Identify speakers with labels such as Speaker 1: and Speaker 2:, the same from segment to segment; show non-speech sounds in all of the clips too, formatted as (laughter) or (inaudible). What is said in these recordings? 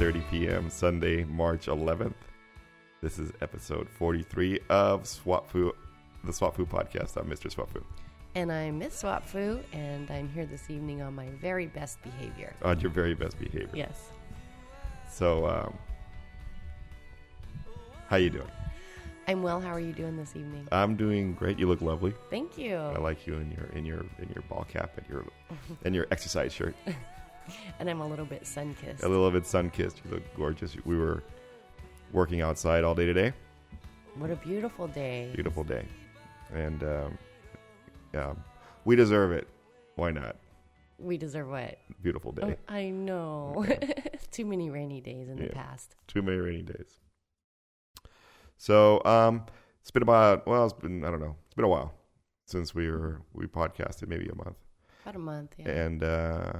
Speaker 1: a.m., Sunday, March 11th. This is episode 43 of Swapfu, the Swapfu podcast. I'm Mr. Swapfu.
Speaker 2: And I'm Miss Swapfu, and I'm here this evening on my very best behavior.
Speaker 1: On your very best behavior.
Speaker 2: Yes.
Speaker 1: So, um, how you doing?
Speaker 2: I'm well. How are you doing this evening?
Speaker 1: I'm doing great. You look lovely.
Speaker 2: Thank you.
Speaker 1: I like you in your in your in your ball cap and your and your exercise shirt.
Speaker 2: and I'm a little bit sun kissed.
Speaker 1: A little bit sun kissed. You look gorgeous. We were working outside all day today.
Speaker 2: What a beautiful day.
Speaker 1: Beautiful day, and um, yeah, we deserve it. Why not?
Speaker 2: We deserve what?
Speaker 1: Beautiful day.
Speaker 2: Oh, I know. (laughs) Too many rainy days in
Speaker 1: Yeah.
Speaker 2: the past.
Speaker 1: Too many rainy days. So um, it's been about well, it's been I don't know, it's been a while since we were we podcasted, maybe a month.
Speaker 2: About a month. Yeah.
Speaker 1: and uh,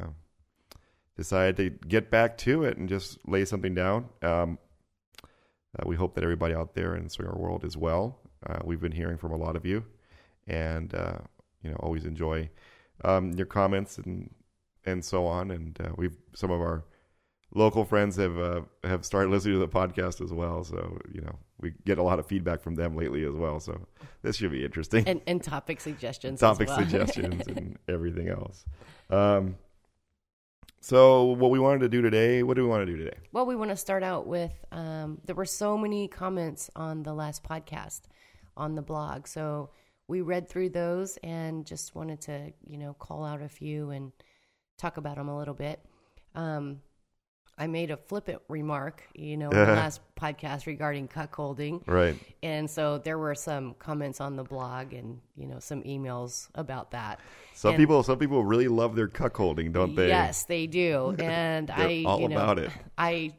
Speaker 1: decided to get back to it and just lay something down. Um, uh, we hope that everybody out there in the swinger world is well. Uh, we've been hearing from a lot of you, and uh, you know, always enjoy um, your comments and and so on. And uh, we've some of our local friends have uh, have started listening to the podcast as well. So you know, we get a lot of feedback from them lately as well. So this should be interesting
Speaker 2: And, and topic suggestions. as
Speaker 1: topic
Speaker 2: well. (laughs)
Speaker 1: suggestions and everything else. Um, so what we wanted to do today, what do we want to do today?
Speaker 2: Well, we want to start out with um, there were so many comments on the last podcast on the blog. So we read through those and just wanted to, you know, call out a few and talk about them a little bit. Um, I made a flippant remark, you know,
Speaker 1: (laughs)
Speaker 2: in the last podcast regarding cuckolding.
Speaker 1: Right.
Speaker 2: And so there were some comments on the blog and, you know, some emails about that.
Speaker 1: Some
Speaker 2: And-
Speaker 1: people, some people really love their cuckolding, don't they?
Speaker 2: Yes,
Speaker 1: (laughs)
Speaker 2: they do. And
Speaker 1: They're
Speaker 2: I
Speaker 1: all
Speaker 2: you know,
Speaker 1: about it.
Speaker 2: I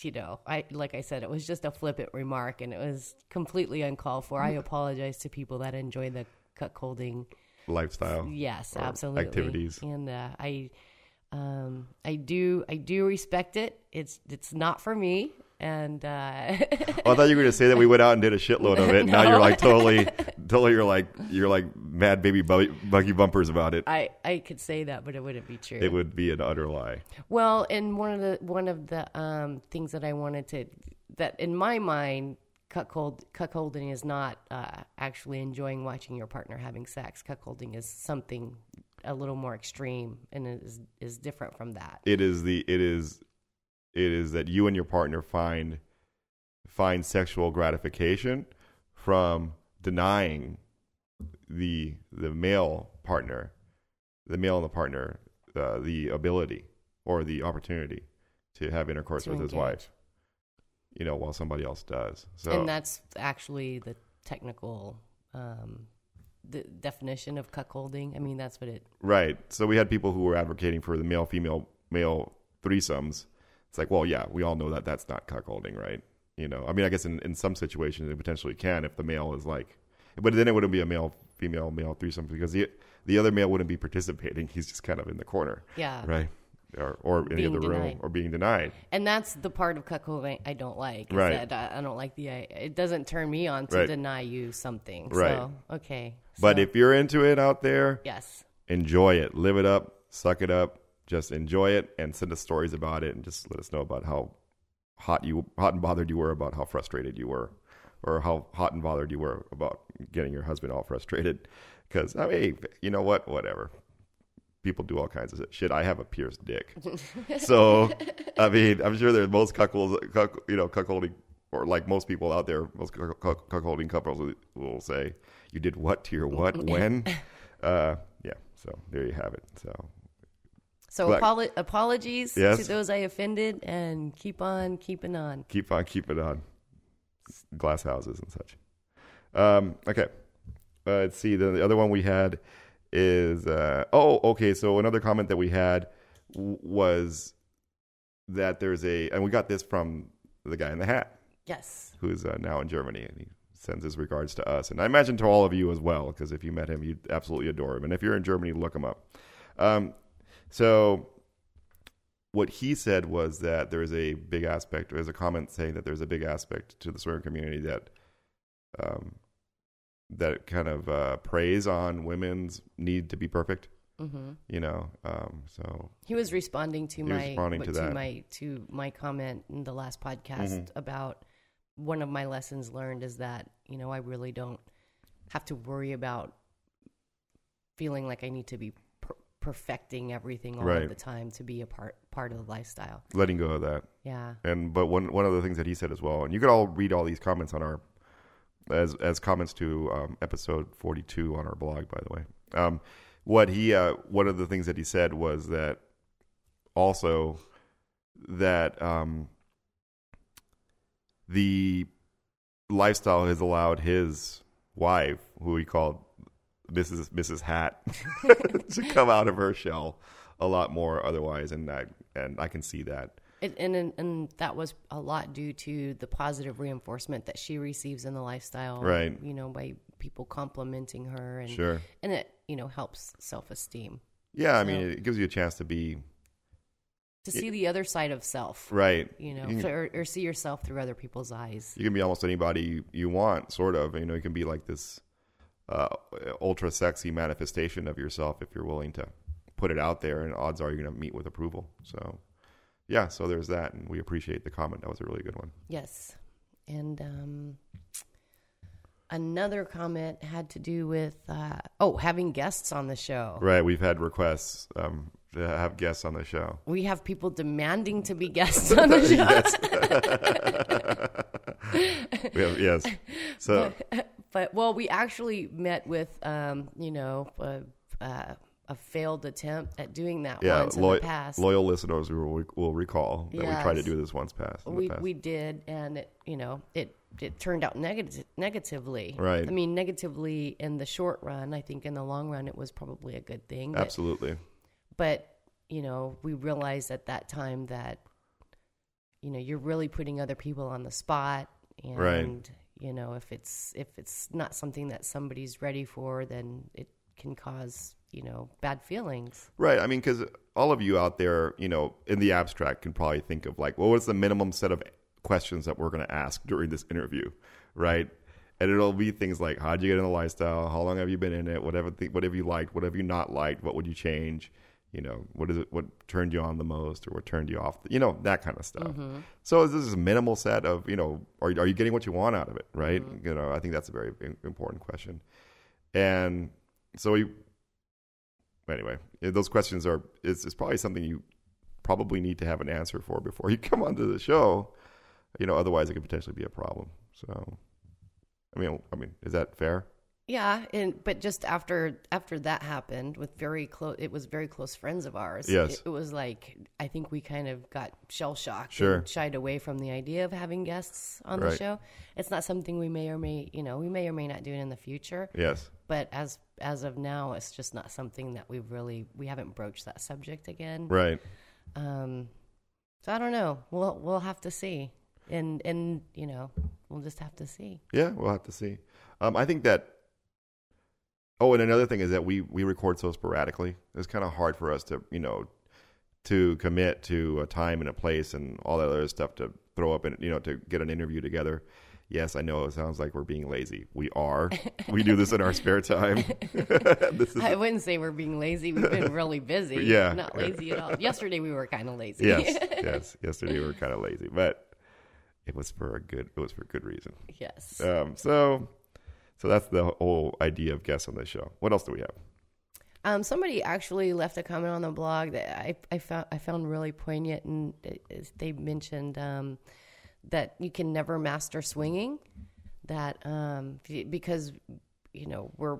Speaker 2: you know, I like I said, it was just a flippant remark and it was completely uncalled for. I apologize to people that enjoy the cuckolding.
Speaker 1: Lifestyle.
Speaker 2: (laughs) Yes,
Speaker 1: or
Speaker 2: absolutely.
Speaker 1: activities.
Speaker 2: And uh, I um I do I do respect it. It's it's not for me and uh (laughs)
Speaker 1: Oh, I thought you were going to say that we went out and did a shitload of it. Now
Speaker 2: No.
Speaker 1: you're like
Speaker 2: (laughs)
Speaker 1: totally, totally, you're like you're like mad baby bu- buggy bumpers about it.
Speaker 2: I I could say that but it wouldn't be true.
Speaker 1: It would be an utter lie.
Speaker 2: Well, and one of the one of the um, things that I wanted to that in my mind, cuckold cuckolding is not uh, actually enjoying watching your partner having sex. Cuckolding is something a little more extreme and is is different from that.
Speaker 1: It is the it is it is that you and your partner find find sexual gratification from denying the the male partner the male and the partner uh, the ability or the opportunity to have intercourse
Speaker 2: To
Speaker 1: with his
Speaker 2: engage.
Speaker 1: wife you know while somebody else does so
Speaker 2: and that's actually the technical um, the definition of cuckolding. I mean, that's what it.
Speaker 1: Right. So we had people who were advocating for the male female male threesomes. It's like, well, yeah, we all know that that's not cuckolding, right? You know, I mean, I guess in, in some situations it potentially can if the male is like, but then it wouldn't be a male female male threesome because the the other male wouldn't be participating. He's just kind of in the corner,
Speaker 2: Yeah,
Speaker 1: right? Or or in the
Speaker 2: Being
Speaker 1: other room
Speaker 2: denied.
Speaker 1: or being denied.
Speaker 2: and that's the part of cuckolding I don't like. is
Speaker 1: Right.
Speaker 2: that I, I don't like the. It doesn't turn me on to
Speaker 1: Right.
Speaker 2: deny you something.
Speaker 1: Right.
Speaker 2: So okay.
Speaker 1: But
Speaker 2: So-
Speaker 1: if you're into it out there,
Speaker 2: Yes.
Speaker 1: enjoy it, live it up, suck it up, just enjoy it, and send us stories about it, and just let us know about how hot you, hot and bothered you were about how frustrated you were, or how hot and bothered you were about getting your husband all frustrated. Because I mean, you know what? Whatever. People do all kinds of shit. I have a pierced dick, so I mean, I'm sure there's most cuckolds, cuck, you know, cuckolding, or like most people out there, most cuck, cuck, cuckolding couples will say, "You did what to your what when?" uh, yeah. So there you have it. So
Speaker 2: So
Speaker 1: Like-
Speaker 2: apolo- apologies
Speaker 1: Yes.
Speaker 2: to those I offended, and keep on keeping on.
Speaker 1: keep on keep it on glass houses and such um okay uh, let's see the, the other one we had is uh oh okay so another comment that we had w- was that there's a and we got this from the guy in the hat
Speaker 2: Yes,
Speaker 1: who's uh, now in Germany, and he sends his regards to us, and I imagine to all of you as well, because if you met him, you'd absolutely adore him, and if you're in Germany, look him up. Um, so, what he said was that there is a big aspect, or there's a comment saying that there's a big aspect to the swinger community that, um, that kind of uh, preys on women's need to be perfect
Speaker 2: Mm-hmm.
Speaker 1: You know, um, so
Speaker 2: He was responding to
Speaker 1: was
Speaker 2: my
Speaker 1: responding to
Speaker 2: to,
Speaker 1: that. Mm-hmm.
Speaker 2: my to my comment in the last podcast about one of my lessons learned is that you know I really don't have to worry about feeling like I need to be per- perfecting everything all
Speaker 1: Right.
Speaker 2: of the time to be a part part of the lifestyle.
Speaker 1: letting go of that.
Speaker 2: Yeah,
Speaker 1: And but one one of the things that he said as well, and you could all read all these comments on our as as comments to um, episode forty two on our blog, by the way. Um, what he uh, one of the things that he said was that also that um, the lifestyle has allowed his wife, who he called Mrs. Mrs. Hat, (laughs) to come out of her shell a lot more otherwise, and I and I can see that.
Speaker 2: it, and and- and that was a lot due to the positive reinforcement that she receives in the lifestyle,
Speaker 1: Right.
Speaker 2: You know, by people complimenting her and
Speaker 1: Sure.
Speaker 2: and it you know helps self esteem.
Speaker 1: Yeah, I mean,
Speaker 2: So-
Speaker 1: it gives you a chance to be
Speaker 2: to see the other side of self,
Speaker 1: right.
Speaker 2: you know,
Speaker 1: you can,
Speaker 2: or, or see yourself through other people's eyes.
Speaker 1: you can be almost anybody you, you want, sort of. You know, you can be like this uh, ultra sexy manifestation of yourself if you're willing to put it out there, and odds are you're going to meet with approval. So, yeah, so there's that, and we appreciate the comment. That was a really good one.
Speaker 2: Yes. And um, another comment had to do with uh, oh, having guests on the show.
Speaker 1: Right, we've had requests um, to have guests on the show.
Speaker 2: We have people demanding to be guests
Speaker 1: (laughs)
Speaker 2: on the show.
Speaker 1: We have,
Speaker 2: (laughs)
Speaker 1: yes, so
Speaker 2: (laughs) But well, we actually met with um, you know a, uh, a failed attempt at doing that
Speaker 1: yeah,
Speaker 2: once in
Speaker 1: lo-
Speaker 2: the past.
Speaker 1: loyal listeners will, will recall that we tried to
Speaker 2: Yes.
Speaker 1: do this once past. in the
Speaker 2: we
Speaker 1: past.
Speaker 2: we did, and it, you know it it turned out negative negatively.
Speaker 1: Right.
Speaker 2: I mean, negatively in the short run. I think in the long run, it was probably a good thing. But,
Speaker 1: Absolutely.
Speaker 2: but you know, we realized at that time that you know you're really putting other people on the spot, and
Speaker 1: Right.
Speaker 2: you know if it's if it's not something that somebody's ready for, then it can cause you know bad feelings.
Speaker 1: Right. I mean, because all of you out there, you know, in the abstract can probably think of like, well, what's the minimum set of questions that we're going to ask during this interview? Right. And it'll be things like, how'd you get in the lifestyle? How long have you been in it? Whatever, th- whatever you liked, whatever you not liked, what would you change? You know, what is it? What turned you on the most, or what turned you off? You know, that kind of stuff.
Speaker 2: Mm-hmm.
Speaker 1: So this is a minimal set of, you know, are are you getting what you want out of it? Right. You know, I think that's a very im- important question. And so we anyway, those questions are it's, it's probably something you probably need to have an answer for before you (laughs) come onto the show. You know, otherwise it could potentially be a problem. So, I mean, I mean, is that fair?
Speaker 2: Yeah, and but just after after that happened with very close, it was very close friends of ours.
Speaker 1: Yes.
Speaker 2: it, it was like I think we kind of got shell shocked.
Speaker 1: Sure.
Speaker 2: and shied away from the idea of having guests on the
Speaker 1: Right.
Speaker 2: show. It's not something we may or may you know we may or may not do it in the future.
Speaker 1: Yes.
Speaker 2: But as as of now, it's just not something that we've really we haven't broached that subject again.
Speaker 1: Right.
Speaker 2: Um, so I don't know. We'll we'll have to see, and and you know we'll just have to see.
Speaker 1: Yeah, we'll have to see. Um, I think that. Oh, and another thing is that we we record so sporadically. It's kind of hard for us to you know to commit to a time and a place and all that other stuff to throw up and you know to get an interview together. Yes, I know it sounds like we're being lazy. We are. we do this in our spare time. (laughs) this is
Speaker 2: (laughs) I wouldn't say we're being lazy. We've been really busy.
Speaker 1: (laughs) Yeah.
Speaker 2: Not lazy at all. Yesterday we were kind of
Speaker 1: (laughs)
Speaker 2: lazy. (laughs)
Speaker 1: yes, yes. Yesterday we were kind of lazy, but it was for a good it was for good reason.
Speaker 2: yes.
Speaker 1: Um, so so that's the whole idea of guests on this show. What else do we have?
Speaker 2: Um, somebody actually left a comment on the blog that I, I found I found really poignant, and it- it's- they mentioned um, that you can never master swinging. That um, f- because you know we're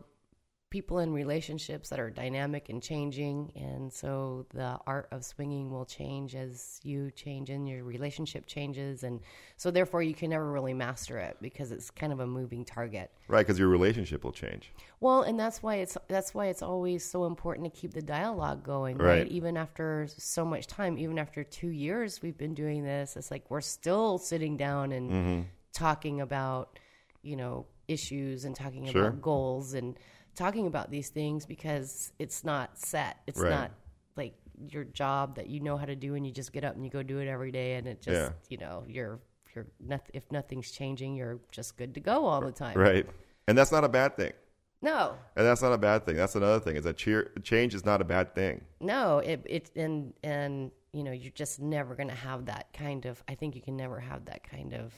Speaker 2: people in relationships that are dynamic and changing, and so the art of swinging will change as you change and your relationship changes, and so therefore you can never really master it because it's kind of a moving target.
Speaker 1: Right, because your relationship will change.
Speaker 2: Well, and that's why it's that's why it's always so important to keep the dialogue going,
Speaker 1: Right.
Speaker 2: right? Even after so much time, even after 2 years we've been doing this, it's like we're still sitting down and
Speaker 1: Mm-hmm.
Speaker 2: talking about, you know, issues and talking
Speaker 1: Sure.
Speaker 2: about goals and talking about these things because it's not set. It's
Speaker 1: Right.
Speaker 2: not like your job that you know how to do and you just get up and you go do it every day and it just,
Speaker 1: Yeah.
Speaker 2: you know, you're you're not, if nothing's changing, you're just good to go all the time.
Speaker 1: Right. And that's not a bad thing.
Speaker 2: No,
Speaker 1: And that's not a bad thing. That's another thing is that cheer, change is not a bad thing.
Speaker 2: no, it it and and you know you're just never gonna have that kind of. I think you can never have that kind of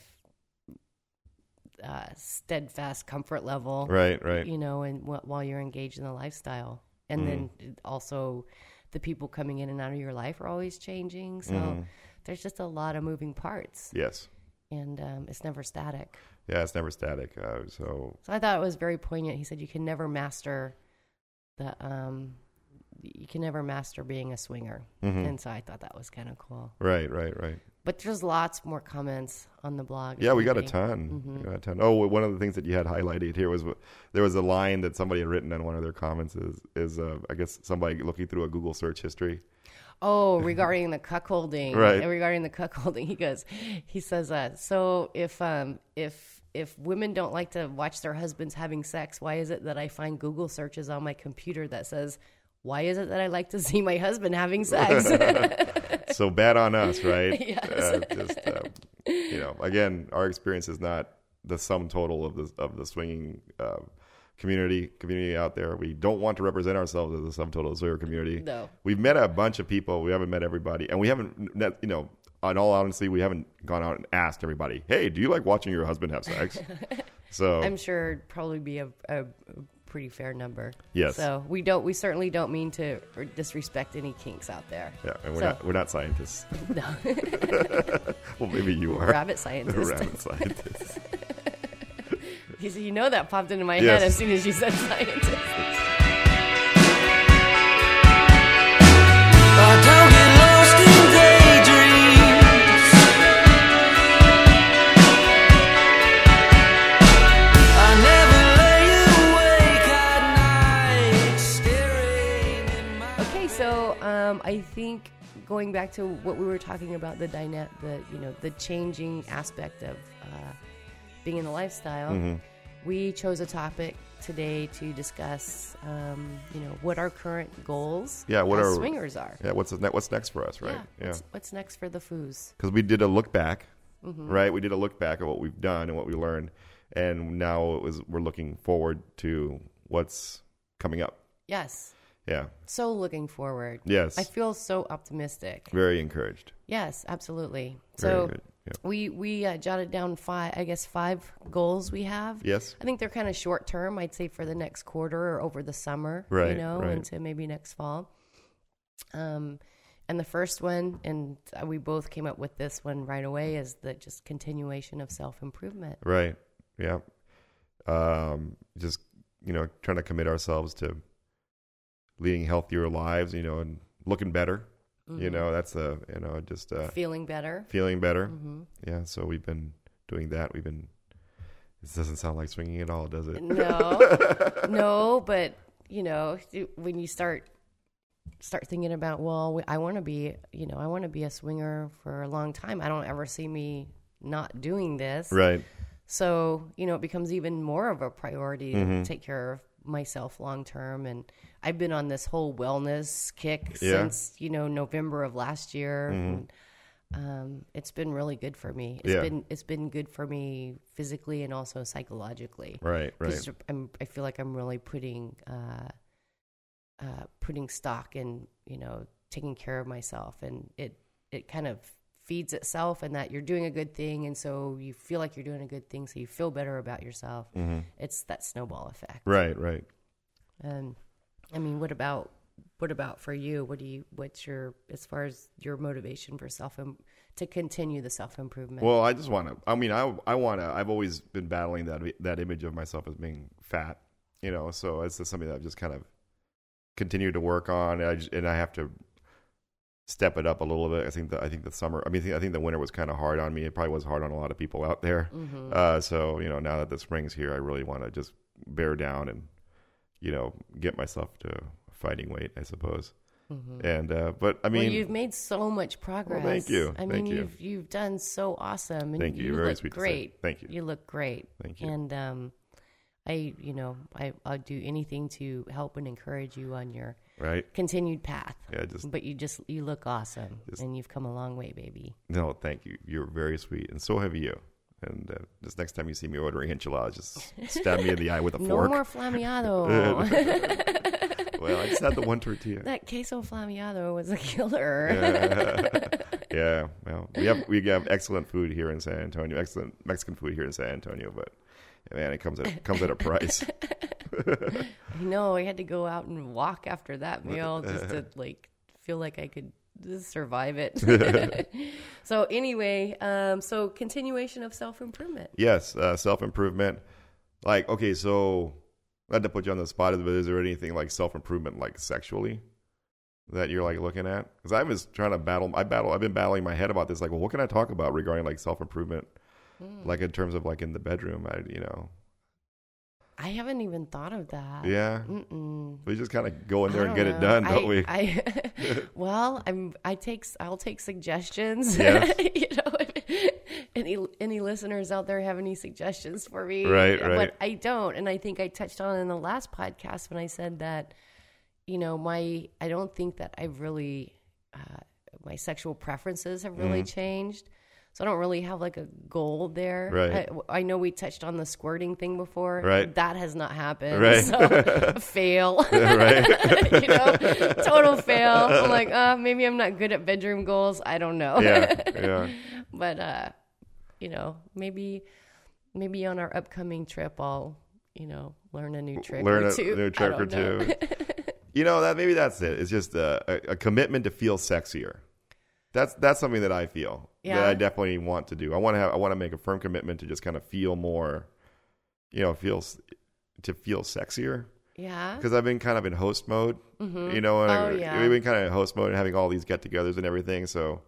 Speaker 2: uh, steadfast comfort level,
Speaker 1: Right, right.
Speaker 2: you know, and wh- while you're engaged in the lifestyle, and then it- also the people coming in and out of your life are always changing. So there's just a lot of moving parts,
Speaker 1: Mm-hmm. Yes.
Speaker 2: and um, it's never static.
Speaker 1: Yeah, it's never static. Uh, so
Speaker 2: So I thought it was very poignant. He said you can never master the um you can never master being a swinger.
Speaker 1: Hmm.
Speaker 2: And so I thought that was kind of cool.
Speaker 1: mm-hmm. right, right, right.
Speaker 2: But there's lots more comments on the blog.
Speaker 1: Yeah, we got a
Speaker 2: Maybe.
Speaker 1: ton.
Speaker 2: Mm-hmm.
Speaker 1: We got a ton. Oh, one of the things that you had highlighted here was wh- there was a line that somebody had written in one of their comments is is uh, I guess somebody looking through a Google search history.
Speaker 2: Oh, regarding the
Speaker 1: (laughs)
Speaker 2: cuckolding,
Speaker 1: Right.
Speaker 2: And Regarding the cuckolding, he goes, he says, uh, so if um if if women don't like to watch their husbands having sex, why is it that I find Google searches on my computer that says, why is it that I like to (laughs) see my husband having
Speaker 1: (laughs)
Speaker 2: sex?
Speaker 1: So bad on us, right?
Speaker 2: (laughs) Yes.
Speaker 1: Uh, just uh, you know, again, our experience is not the sum total of the of the swinging. Uh, Community, community out there. We don't want to represent ourselves as a sum total of the swinger community.
Speaker 2: No.
Speaker 1: we've met a bunch of people. We haven't met everybody, and we haven't, met- you know, in all honesty, we haven't gone out and asked everybody, "Hey, do you like watching your husband have
Speaker 2: (laughs)
Speaker 1: sex?" so
Speaker 2: I'm sure it'd probably be a, a pretty fair number.
Speaker 1: Yes.
Speaker 2: So we don't. We certainly don't mean to disrespect any kinks out there.
Speaker 1: yeah, and we're
Speaker 2: So-
Speaker 1: not we're not scientists.
Speaker 2: (laughs) No,
Speaker 1: (laughs) Well, maybe you are.
Speaker 2: rabbit
Speaker 1: (laughs)
Speaker 2: scientist.
Speaker 1: Rabbit scientists.
Speaker 2: You see, you know that popped into my
Speaker 1: Yes.
Speaker 2: head as soon as you said scientist.
Speaker 3: But don't get lost in daydreams. I never lay awake at night staring in my.
Speaker 2: Okay, so um, I think going back to what we were talking about the dyna- the you know the changing aspect of uh, being in the lifestyle,
Speaker 1: Mm-hmm.
Speaker 2: we chose a topic today to discuss. Um, you know what our current goals,
Speaker 1: Yeah, what
Speaker 2: as
Speaker 1: are-
Speaker 2: swingers are.
Speaker 1: Yeah, what's ne- what's next for us, right?
Speaker 2: Yeah. What's, what's next for the foos?
Speaker 1: because we did a look back,
Speaker 2: Mm-hmm.
Speaker 1: right? We did a look back at what we've done and what we learned, and now it was we're looking forward to what's coming up.
Speaker 2: Yes.
Speaker 1: Yeah,
Speaker 2: So looking forward.
Speaker 1: yes,
Speaker 2: I feel so optimistic.
Speaker 1: very encouraged.
Speaker 2: Yes, absolutely.
Speaker 1: Very
Speaker 2: So
Speaker 1: good. Yeah.
Speaker 2: we we uh, jotted down five, I guess five goals we have.
Speaker 1: Yes,
Speaker 2: I think they're kind of short term. I'd say for the next quarter or over the summer, you
Speaker 1: Right,
Speaker 2: know,
Speaker 1: right.
Speaker 2: into maybe next fall. Um, and the first one, and uh, we both came up with this one right away, is the just continuation of self improvement.
Speaker 1: right. Yeah, um, just you know, trying to commit ourselves to leading healthier lives, you know, and looking better. You know, that's a you know just uh,
Speaker 2: Mm-hmm. Feeling better.
Speaker 1: feeling better.
Speaker 2: hmm
Speaker 1: Yeah, so we've been doing that. We've been. This doesn't sound like swinging at all, does it? (laughs)
Speaker 2: No, no, but you know, when you start start thinking about, well, I want to be, you know, I want to be a swinger for a long time. I don't ever see me not doing this.
Speaker 1: Right.
Speaker 2: So you know, it becomes even more of a priority
Speaker 1: Mm-hmm.
Speaker 2: to take care of myself long term. And I've been on this whole wellness kick
Speaker 1: Yeah. Mm-hmm.
Speaker 2: since you know November of last year. And, um, it's been really good for me. It's
Speaker 1: Yeah.
Speaker 2: been it's been good for me physically and also psychologically.
Speaker 1: Right. Right.
Speaker 2: 'Cause I'm, I feel like I'm really putting uh, uh, putting stock in you know taking care of myself, and it it kind of feeds itself, and that you're doing a good thing, and so you feel like you're doing a good thing, so you feel better about yourself. It's that snowball effect.
Speaker 1: Mm-hmm. Right. Right.
Speaker 2: Um, I mean, what about what about for you? What do you what's your as far as your motivation for self im- to continue the self improvement?
Speaker 1: Well, I just want to. I mean, I I want to. I've always been battling that that image of myself as being fat. You know, so it's just something that I've just kind of continued to work on. And I just, and I have to step it up a little bit. I think that I think the summer. I mean, I think the winter was kind of hard on me. It probably was hard on a lot of people out there.
Speaker 2: Mm-hmm.
Speaker 1: Uh, so you know, now that the spring's here, I really want to just bear down and you know get myself to fighting weight, I suppose. And uh, but I mean,
Speaker 2: Mm-hmm. well, you've made so much progress.
Speaker 1: thank you.
Speaker 2: I mean,
Speaker 1: Thank you.
Speaker 2: have you've done so awesome. And
Speaker 1: Thank you. Very
Speaker 2: look
Speaker 1: sweet to say.
Speaker 2: Great.
Speaker 1: Thank you.
Speaker 2: You look great.
Speaker 1: Thank you.
Speaker 2: And um, I, you know, I I'll do anything to help and encourage you on your
Speaker 1: right?
Speaker 2: continued path.
Speaker 1: Yeah, just
Speaker 2: But you just you look awesome, and you've come a long way, baby.
Speaker 1: No, thank you. You're very sweet, and so have you. And uh, just next time you see me ordering enchiladas, just stab me in the eye with a
Speaker 2: (laughs) No
Speaker 1: fork. (laughs)
Speaker 2: more flamiado.
Speaker 1: Well, I just had the one tortilla.
Speaker 2: (laughs)
Speaker 1: (laughs)
Speaker 2: that queso flamiado was a killer.
Speaker 1: yeah, well, we have we have excellent food here in San Antonio, excellent Mexican food here in San Antonio, but man, it comes at comes at a price.
Speaker 2: I know. I had to go out and walk after that meal just
Speaker 1: (laughs)
Speaker 2: to like feel like I could
Speaker 1: (laughs)
Speaker 2: survive it. so anyway, um, so continuation of self improvement.
Speaker 1: yes, uh, self improvement. Like, okay, so not to put you on the spot, but is there anything like self improvement, like sexually, that you're like looking at? Because I was trying to battle. I battle. I've been battling my head about this. Like, well, what can I talk about regarding like self improvement,
Speaker 2: Hmm.
Speaker 1: like in terms of like in the bedroom? I, you know,
Speaker 2: I haven't even thought of that.
Speaker 1: yeah.
Speaker 2: Mm-mm.
Speaker 1: We just kind of go in there
Speaker 2: Uh, hmm. I
Speaker 1: and get
Speaker 2: don't
Speaker 1: it
Speaker 2: know.
Speaker 1: done, don't
Speaker 2: I- (laughs)
Speaker 1: we? (laughs)
Speaker 2: I well, I'm. I take. I'll take suggestions.
Speaker 1: Yes.
Speaker 2: (laughs) you know, if any any listeners out there have any suggestions for me?
Speaker 1: Right, right.
Speaker 2: But I don't, and I think I touched on in the last podcast when I said that, you know, my. I don't think that I've really, uh, my sexual preferences have really
Speaker 1: Mm-hmm.
Speaker 2: changed. So I don't really have like a goal there.
Speaker 1: Right.
Speaker 2: I, I know we touched on the squirting thing before.
Speaker 1: Right.
Speaker 2: That has not happened.
Speaker 1: Right. (laughs)
Speaker 2: So (laughs) fail.
Speaker 1: right.
Speaker 2: (laughs) you know, total fail. I'm like, uh, maybe I'm not good at bedroom goals. I don't know.
Speaker 1: yeah, yeah,
Speaker 2: (laughs) but uh, you know, maybe maybe on our upcoming trip I'll, you know, learn a new trick
Speaker 1: Learn
Speaker 2: or
Speaker 1: a
Speaker 2: two. I
Speaker 1: new trick or
Speaker 2: don't know. (laughs)
Speaker 1: two. you know that maybe that's it. It's just uh, a, a, a commitment to feel sexier. That's that's something that I feel that
Speaker 2: Yeah.
Speaker 1: I definitely want to do. I want to have. I want to make a firm commitment to just kind of feel more. You know, feels to feel sexier
Speaker 2: Yeah.
Speaker 1: because I've been kind of in host mode. You know, and
Speaker 2: Oh,
Speaker 1: I-
Speaker 2: yeah.
Speaker 1: we've been kind of in host mode and having all these get-togethers and everything. So,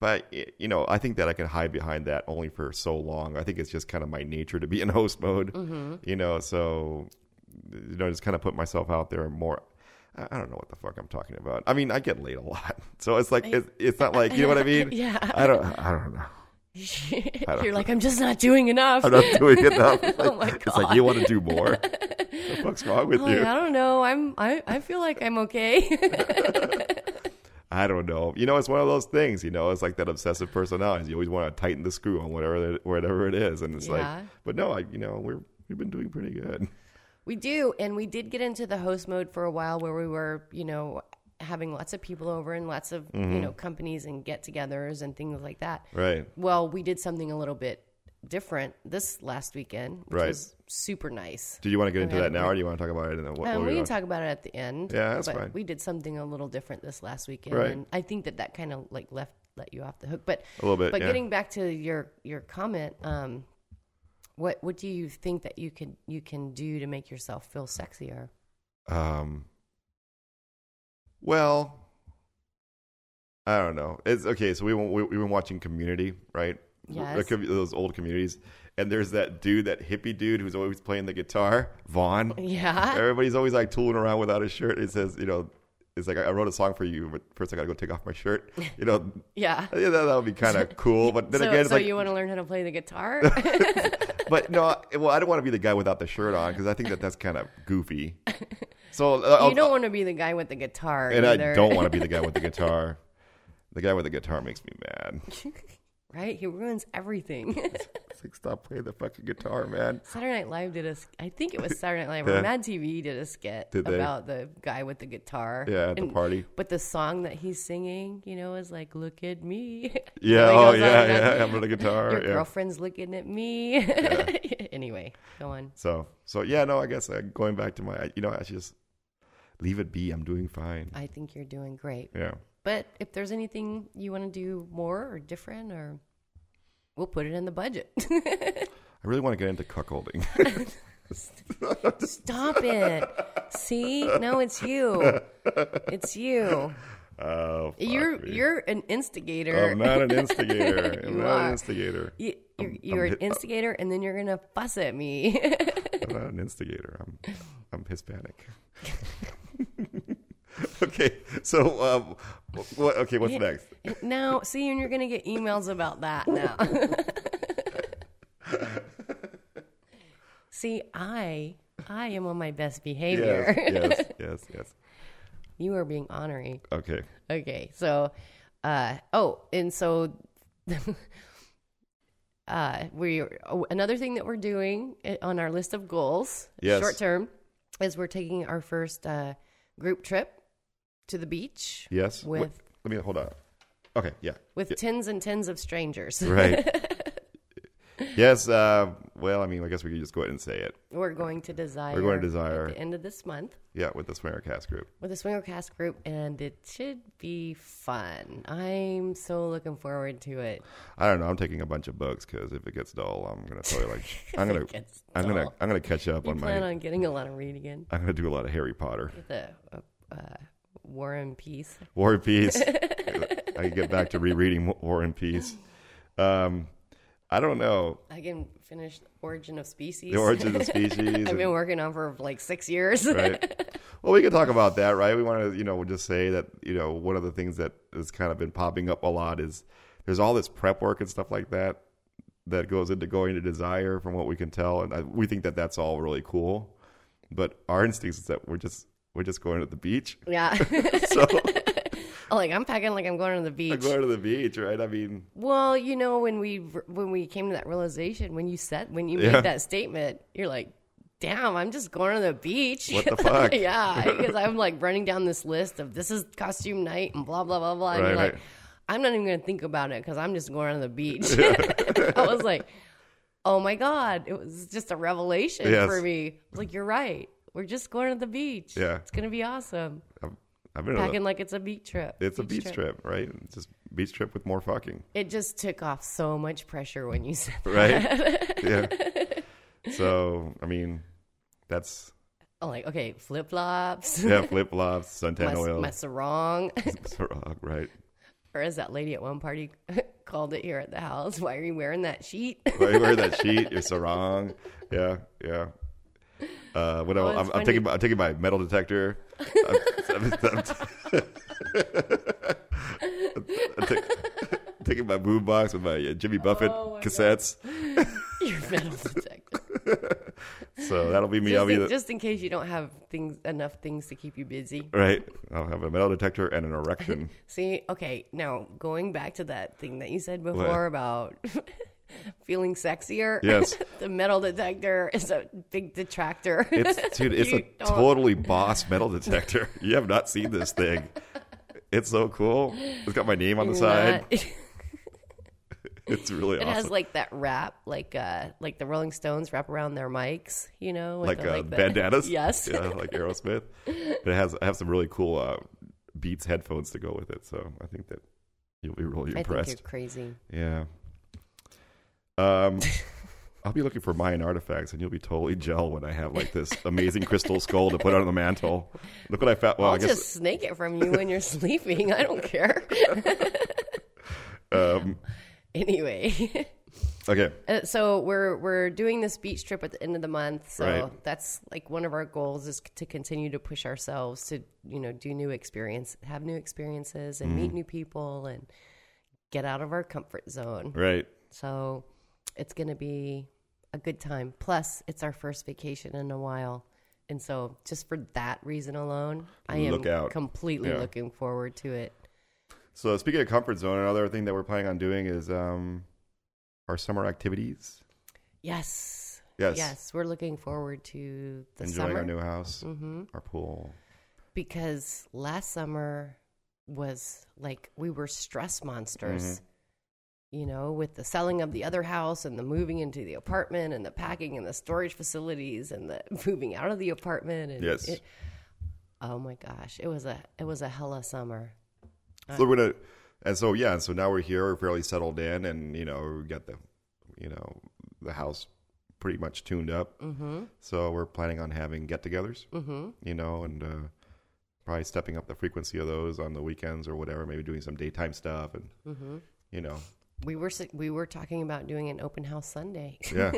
Speaker 1: but y- you know, I think that I can hide behind that only for so long. I think it's just kind of my nature to be in host mode.
Speaker 2: Mm-hmm.
Speaker 1: You know, so you know, just kind of put myself out there more. I I don't know what the fuck I'm talking about. I mean, I get laid a lot, (laughs) so it's like it's, it's not like you know what I mean.
Speaker 2: (laughs) Yeah.
Speaker 1: I don't. I don't know. don't
Speaker 2: You're like, I'm just not doing enough.
Speaker 1: I'm not doing enough. It's
Speaker 2: (laughs) Oh my Oh,
Speaker 1: like- It's like you want to do more. what the fuck's wrong with
Speaker 2: I'm
Speaker 1: you?
Speaker 2: like, I don't know. I'm I, I feel like I'm okay. (laughs)
Speaker 1: I don't know. You know, it's one of those things. You know, it's like that obsessive personality. You always want to tighten the screw on whatever it, whatever it is, and it's
Speaker 2: Yeah.
Speaker 1: like, but no, I, you know, we're we've been doing pretty good. (laughs)
Speaker 2: We do, and we did get into the host mode for a while where we were, you know, having lots of people over and lots of,
Speaker 1: Mm-hmm.
Speaker 2: you know, companies and get-togethers and things like that.
Speaker 1: Right.
Speaker 2: Well, we did something a little bit different this last weekend, which
Speaker 1: Right.
Speaker 2: was super nice.
Speaker 1: Do you want to get into
Speaker 2: Okay.
Speaker 1: that now, or do you want to talk about it? And then what, what
Speaker 2: Um, Oh, we
Speaker 1: we
Speaker 2: can
Speaker 1: want-
Speaker 2: talk about it at the end.
Speaker 1: oh, Yeah, that's
Speaker 2: but
Speaker 1: fine.
Speaker 2: We did something a little different this last weekend,
Speaker 1: Right.
Speaker 2: and I think that that kind of like left let you off the hook, but
Speaker 1: A little bit,
Speaker 2: But
Speaker 1: yeah.
Speaker 2: getting back to your your comment, um, what what do you think that you can you can do to make yourself feel sexier?
Speaker 1: (laughs) Um. Well, I don't know. It's okay. So we went- we we've been watching Community, right?
Speaker 2: Yes.
Speaker 1: The com- Those old communities, and there's that dude, that hippie dude, who's always playing the guitar, Vaughn.
Speaker 2: Yeah.
Speaker 1: (laughs) Everybody's always like tooling around without a shirt. It says, you know, it's like I I wrote a song for you, but first I gotta go take off my shirt. You know,
Speaker 2: (laughs)
Speaker 1: (laughs)
Speaker 2: Yeah.
Speaker 1: I think that, that would be
Speaker 2: (laughs)
Speaker 1: kind of cool. But then
Speaker 2: so,
Speaker 1: again, it's
Speaker 2: so
Speaker 1: like,
Speaker 2: you want to learn how to play the guitar?
Speaker 1: (laughs)
Speaker 2: (laughs)
Speaker 1: but no, I- well, I don't want to be the guy without the shirt on because I think that that's kind of
Speaker 2: (laughs)
Speaker 1: goofy. So uh,
Speaker 2: you don't want to be the guy with the guitar
Speaker 1: and
Speaker 2: either,
Speaker 1: I don't want to be
Speaker 2: (laughs)
Speaker 1: the guy with the guitar. The guy with the guitar makes me mad.
Speaker 2: (laughs) right? He ruins
Speaker 1: (laughs)
Speaker 2: everything.
Speaker 1: It's like, stop playing the fucking guitar, man.
Speaker 2: Saturday Night Live did a. sk- I
Speaker 1: (laughs)
Speaker 2: think it was Saturday Night Live or
Speaker 1: Yeah.
Speaker 2: Mad TV did a skit
Speaker 1: Did they?
Speaker 2: about the guy with the guitar.
Speaker 1: Yeah, at the
Speaker 2: And-
Speaker 1: party.
Speaker 2: But the song that he's singing, you know, is like "Look at me." (laughs)
Speaker 1: Yeah, oh
Speaker 2: Like, goes on
Speaker 1: yeah,
Speaker 2: and on.
Speaker 1: yeah. (laughs) I'm on the guitar.
Speaker 2: Your
Speaker 1: yeah.
Speaker 2: girlfriend's looking at me. (laughs) anyway, go on.
Speaker 1: So, so yeah, no, I guess uh, going back to my, you know, I should just leave it be. I'm doing fine.
Speaker 2: I think you're doing great.
Speaker 1: Yeah.
Speaker 2: But if there's anything you want to do more or different, or we'll put it in the budget. (laughs)
Speaker 1: I really want to get into cuckolding. (laughs)
Speaker 2: Stop it. See? No, it's you. It's you.
Speaker 1: oh, fuck
Speaker 2: You're
Speaker 1: me.
Speaker 2: you're an instigator.
Speaker 1: I'm not
Speaker 2: (laughs)
Speaker 1: an instigator. I'm
Speaker 2: You
Speaker 1: not
Speaker 2: are.
Speaker 1: an instigator.
Speaker 2: you, you're,
Speaker 1: I'm-
Speaker 2: you're
Speaker 1: I'm
Speaker 2: an
Speaker 1: hi-
Speaker 2: instigator, and then you're gonna fuss at me. (laughs)
Speaker 1: I'm not an instigator. I'm I'm Hispanic. (laughs) okay. So, um, wh- what, okay, what's next?
Speaker 2: now, see, and you're gonna get emails about that
Speaker 1: (laughs)
Speaker 2: now. see, I I am on my best behavior.
Speaker 1: Yes, yes, yes, yes.
Speaker 2: (laughs) You are being honorary.
Speaker 1: Okay.
Speaker 2: Okay, so, uh, oh, and so, (laughs) uh, we oh, another thing that we're doing i- on our list of goals,
Speaker 1: Yes.
Speaker 2: short term, is we're taking our first uh, group trip to the beach
Speaker 1: Yes. Wait,
Speaker 2: with
Speaker 1: let me hold on. Okay.
Speaker 2: (laughs)
Speaker 1: Yeah.
Speaker 2: with tens and tens of strangers.
Speaker 1: Right. yes. Uh, well, I mean, I guess we could just go ahead and say it.
Speaker 2: (laughs) We're going to desire.
Speaker 1: We're going to Desire.
Speaker 2: at the end of this month
Speaker 1: Yeah, with the Swimercast group.
Speaker 2: with the Swinger Cast group, and it should be fun. I'm so looking forward to it.
Speaker 1: I don't know. I'm taking a bunch of books because if it gets dull, I'm gonna totally
Speaker 2: (laughs)
Speaker 1: like I'm gonna
Speaker 2: gets
Speaker 1: I'm gonna
Speaker 2: dull.
Speaker 1: I'm gonna catch up
Speaker 2: You
Speaker 1: on my
Speaker 2: plan on getting a lot of reading in
Speaker 1: I'm gonna do a lot of Harry Potter,
Speaker 2: the uh, uh, War and Peace.
Speaker 1: War and
Speaker 2: (laughs)
Speaker 1: Peace. I can get back to rereading War and Peace. Um, I don't know
Speaker 2: I can finish Origin of Species.
Speaker 1: the origin
Speaker 2: (laughs)
Speaker 1: of species.
Speaker 2: I've
Speaker 1: and-
Speaker 2: been working on for like six years.
Speaker 1: right? (laughs) Well, we can talk about that, right? We want to, you know, we'll just say that, you know, one of the things that has kind of been popping up a lot is there's all this prep work and stuff like that that goes into going to desire from what we can tell. And I, we think that that's all really cool. But our instincts is that we're just, we're just going to the beach. (laughs)
Speaker 2: (laughs) yeah. (laughs)
Speaker 1: So
Speaker 2: like I'm packing like I'm going to
Speaker 1: (laughs)
Speaker 2: the beach.
Speaker 1: going to the beach, right? I mean,
Speaker 2: Well, you know when we when we came to that realization when you said when you
Speaker 1: Yeah.
Speaker 2: made that statement, you're like, "Damn, I'm just going to the beach." (laughs)
Speaker 1: What the fuck? (laughs)
Speaker 2: yeah, because I'm like running down this list of this is costume night and blah blah blah blah. and
Speaker 1: Right,
Speaker 2: you're like,
Speaker 1: right.
Speaker 2: I'm not even going to think about it because I'm just going to the beach. (laughs) I was like, "Oh my god!" It was just a revelation
Speaker 1: Yes.
Speaker 2: for me. I was like, "You're right. We're just going to the beach.
Speaker 1: Yeah.
Speaker 2: it's gonna be awesome.
Speaker 1: I've, I've been, on
Speaker 2: Packing
Speaker 1: a,
Speaker 2: like it's a beach trip.
Speaker 1: it's a beach trip, right? It's just beach trip with more (laughs) fucking.
Speaker 2: It just took off so much pressure when you (laughs) said
Speaker 1: right? (laughs) yeah. So I mean, (laughs) that's
Speaker 2: I'm like, okay, flip flops, (laughs)
Speaker 1: yeah, flip flops, suntan
Speaker 2: my,
Speaker 1: oil,
Speaker 2: my (laughs) sarong.
Speaker 1: Ciroc, right?
Speaker 2: or as that lady at one party (laughs) called it here at the house, why are you wearing that sheet? (laughs)
Speaker 1: Right, wear that sheet, your sarong, yeah, yeah. Uh, what else?
Speaker 2: it's
Speaker 1: I'm, I'm
Speaker 2: funny.
Speaker 1: taking my- I'm taking my metal detector. I'm, I'm- I'm t- (laughs) I'm ta- taking my boom box with my uh, Jimmy Buffett
Speaker 2: Oh my God.
Speaker 1: cassettes.
Speaker 2: Your
Speaker 1: (laughs)
Speaker 2: metal detector.
Speaker 1: So that'll be me. I'll
Speaker 2: Just
Speaker 1: be
Speaker 2: in,
Speaker 1: the,
Speaker 2: just in case you don't have things enough things to keep you busy.
Speaker 1: right. I'll have a metal detector and an erection.
Speaker 2: (laughs) See, okay, now going back to that thing that you said before about (laughs) feeling sexier.
Speaker 1: Yes.
Speaker 2: (laughs) the metal detector is a big detractor.
Speaker 1: It's dude, it's a
Speaker 2: You don't-
Speaker 1: totally boss metal detector. (laughs) You have not seen this thing. It's so cool. It's got my name
Speaker 2: (laughs)
Speaker 1: on the side.
Speaker 2: Not-
Speaker 1: It's really
Speaker 2: It
Speaker 1: awesome.
Speaker 2: has like that wrap, like uh, like the Rolling Stones wrap around their mics, you know, with
Speaker 1: like,
Speaker 2: the,
Speaker 1: uh,
Speaker 2: the-
Speaker 1: bandanas.
Speaker 2: (laughs) Yes,
Speaker 1: (laughs) yeah, like
Speaker 2: (laughs)
Speaker 1: Aerosmith. But it has I have some really cool uh, Beats headphones to go with it. So I think that you'll be really
Speaker 2: I think you're
Speaker 1: impressed.
Speaker 2: crazy.
Speaker 1: Yeah. Um. I'll be looking for Mayan artifacts, and you'll be totally gel when I have like
Speaker 2: (laughs)
Speaker 1: this amazing crystal skull to put on the mantle. Look what I found. Well,
Speaker 2: I'll
Speaker 1: I guess
Speaker 2: just snake it from you when you're (laughs) sleeping. I don't care.
Speaker 1: (laughs) um,
Speaker 2: (laughs) anyway, (laughs)
Speaker 1: okay.
Speaker 2: Uh, so we're we're doing this beach trip at the end of the month. So
Speaker 1: Right.
Speaker 2: that's like one of our goals is to continue to push ourselves to you know do new experience, have new experiences, and
Speaker 1: Mm.
Speaker 2: meet new people, and get out of our comfort zone.
Speaker 1: Right.
Speaker 2: So it's going to be a good time. Plus, it's our first vacation in a while. And so, just for that reason alone, I am
Speaker 1: Look out.
Speaker 2: completely
Speaker 1: Yeah.
Speaker 2: looking forward to it.
Speaker 1: So speaking of comfort zone, another thing that we're planning on doing is um, our summer activities.
Speaker 2: Yes.
Speaker 1: Yes.
Speaker 2: We're looking forward to the
Speaker 1: Enjoying
Speaker 2: summer
Speaker 1: our new house,
Speaker 2: hmm
Speaker 1: our pool.
Speaker 2: because last summer was like we were stress monsters.
Speaker 1: Mm-hmm.
Speaker 2: You know, with the selling of the other house and the moving into the apartment and the packing and the storage facilities and the (laughs) moving out of the apartment and
Speaker 1: Yes.
Speaker 2: it- Oh my gosh, it was a it was a hella summer.
Speaker 1: so we're gonna, and so yeah, so now we're here, we're fairly settled in, and you know we got the, you know, the house pretty much tuned up.
Speaker 2: Mhm.
Speaker 1: So we're planning on having get-togethers,
Speaker 2: Mhm.
Speaker 1: you know, and uh, probably stepping up the frequency of those on the weekends or whatever. Maybe doing some daytime stuff, and you know,
Speaker 2: We were s- we were talking about doing an open house Sunday. (laughs)
Speaker 1: yeah,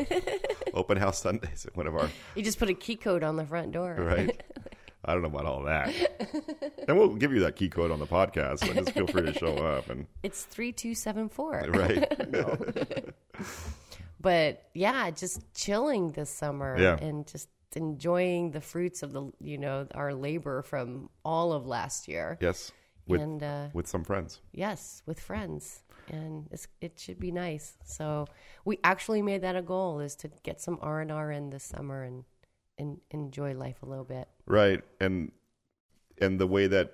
Speaker 1: open house Sundays at one of our
Speaker 2: you just put a key code on the front door.
Speaker 1: Right. I don't know about all that. and we'll give you that key code on the podcast. So just feel free to show up and
Speaker 2: It's 3274.
Speaker 1: right.
Speaker 2: but yeah, just chilling this summer
Speaker 1: Yeah.
Speaker 2: and just enjoying the fruits of the you know our labor from all of last year
Speaker 1: Yes. With
Speaker 2: and uh,
Speaker 1: with some friends.
Speaker 2: yes with friends and it's, it should be nice. So we actually made that a goal is to get some R and R in this summer and, and enjoy life a little bit.
Speaker 1: right and and the way that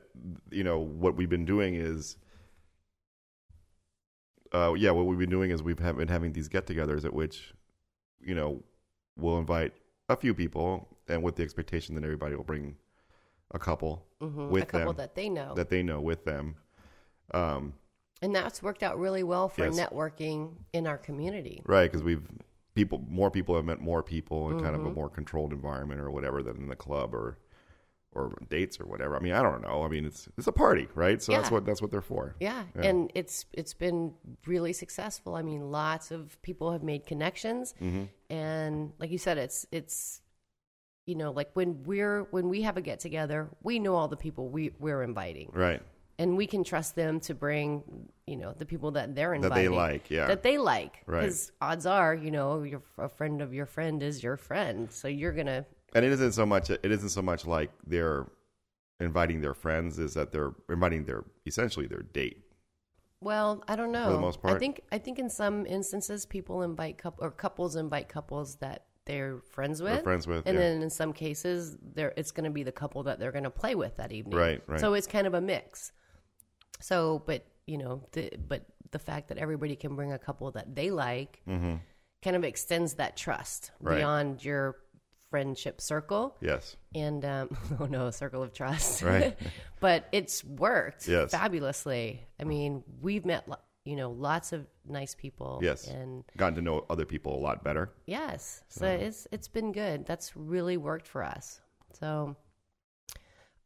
Speaker 1: you know what we've been doing is uh yeah what we've been doing is we've have been having these get-togethers at which you know we'll invite a few people and with the expectation that everybody will bring a couple
Speaker 2: Mhm.
Speaker 1: with
Speaker 2: a couple
Speaker 1: them
Speaker 2: that they know,
Speaker 1: that they know with them um
Speaker 2: and that's worked out really well for
Speaker 1: Yes.
Speaker 2: networking in our community.
Speaker 1: Right, because we've people more people have met more people in kind
Speaker 2: Mm-hmm.
Speaker 1: of a more controlled environment or whatever than in the club or or dates or whatever. I mean, I don't know. I mean, it's it's a party, right? So that's
Speaker 2: Yeah.
Speaker 1: what that's what they're for.
Speaker 2: Yeah. and it's it's been really successful. I mean, lots of people have made connections,
Speaker 1: Mm-hmm.
Speaker 2: and like you said, it's it's you know like when we're when we have a get together, we know all the people we we're inviting,
Speaker 1: Right.
Speaker 2: and we can trust them to bring you know the people that they're
Speaker 1: they
Speaker 2: inviting
Speaker 1: like, yeah.
Speaker 2: that they like,
Speaker 1: Right.
Speaker 2: Because odds are, you know, your a friend of your friend is your friend, so you're gonna
Speaker 1: And it isn't so much it isn't so much like they're inviting their friends is that they're inviting their essentially their date.
Speaker 2: Well, I don't know.
Speaker 1: the most
Speaker 2: I
Speaker 1: part.
Speaker 2: think I think in some instances people invite couple or couples invite couples that they're friends with.
Speaker 1: friends with,
Speaker 2: And
Speaker 1: yeah.
Speaker 2: then in some cases there it's gonna be the couple that they're gonna play with that evening.
Speaker 1: Right, right.
Speaker 2: So it's kind of a mix. So but you know, the, but the fact that everybody can bring a couple that they like kind of extends that trust
Speaker 1: Mm-hmm. Right.
Speaker 2: beyond your friendship circle
Speaker 1: Yes.
Speaker 2: and um, (laughs) oh no, circle of trust. (laughs)
Speaker 1: Right.
Speaker 2: but it's worked
Speaker 1: Yes.
Speaker 2: fabulously. I mean, we've met lo- you know lots of nice people.
Speaker 1: Yes.
Speaker 2: and
Speaker 1: Gotten to know other people a lot better.
Speaker 2: yes, so it's it's been good. That's really worked for us. So,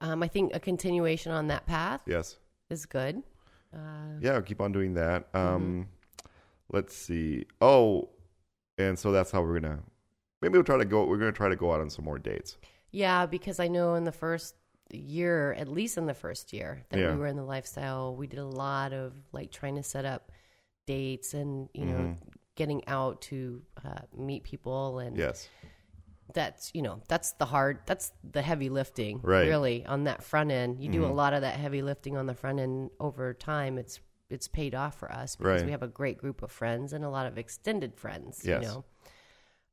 Speaker 2: um, I think a continuation on that path
Speaker 1: Yes.
Speaker 2: is good.
Speaker 1: yeah, keep on doing that.
Speaker 2: Mm-hmm.
Speaker 1: Um, Let's see. Oh, and so that's how we're gonna. Maybe we'll try to go. We're gonna try to go out on some more dates.
Speaker 2: Yeah, because I know in the first year, at least in the first year that
Speaker 1: Yeah.
Speaker 2: we were in the lifestyle, we did a lot of like trying to set up dates and, you know, getting out to uh, meet people. And
Speaker 1: Yes,
Speaker 2: that's, you know, that's the hard, that's the heavy lifting,
Speaker 1: Right. Mm-hmm.
Speaker 2: really, on that front end. You do a lot of that heavy lifting on the front end over time. It's, it's paid off for us because
Speaker 1: Right.
Speaker 2: we have a great group of friends and a lot of extended friends,
Speaker 1: Yes.
Speaker 2: you know.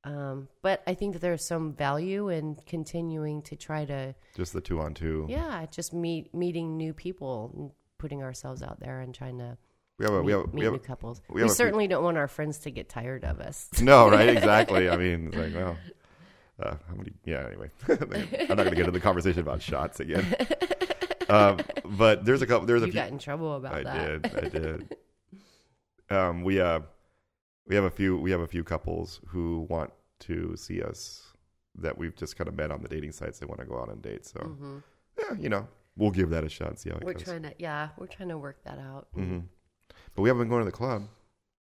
Speaker 2: Um, but I think that there's some value in continuing to try to
Speaker 1: just the two on two.
Speaker 2: yeah just meet meeting new people and putting ourselves out there and trying to
Speaker 1: we have a we have
Speaker 2: meet
Speaker 1: we have
Speaker 2: new couples
Speaker 1: we
Speaker 2: we,
Speaker 1: have a few-
Speaker 2: certainly don't want our friends to get tired of us
Speaker 1: (laughs) no right exactly. I mean, it's like well, uh, how many? Yeah. Anyway, (laughs) I'm not gonna get into the conversation about shots again. um, but there's a couple. There's a
Speaker 2: you
Speaker 1: few.
Speaker 2: got in trouble about
Speaker 1: I
Speaker 2: that
Speaker 1: did. I did. um, we uh, we have a few. We have a few couples who want to see us that we've just kind of met on the dating sites. They want to go out on dates. So yeah, you know, we'll give that a shot. And see how it
Speaker 2: Mm-hmm. we're
Speaker 1: goes.
Speaker 2: trying to yeah we're trying to work that out
Speaker 1: Mm-hmm. But we haven't been going to the club.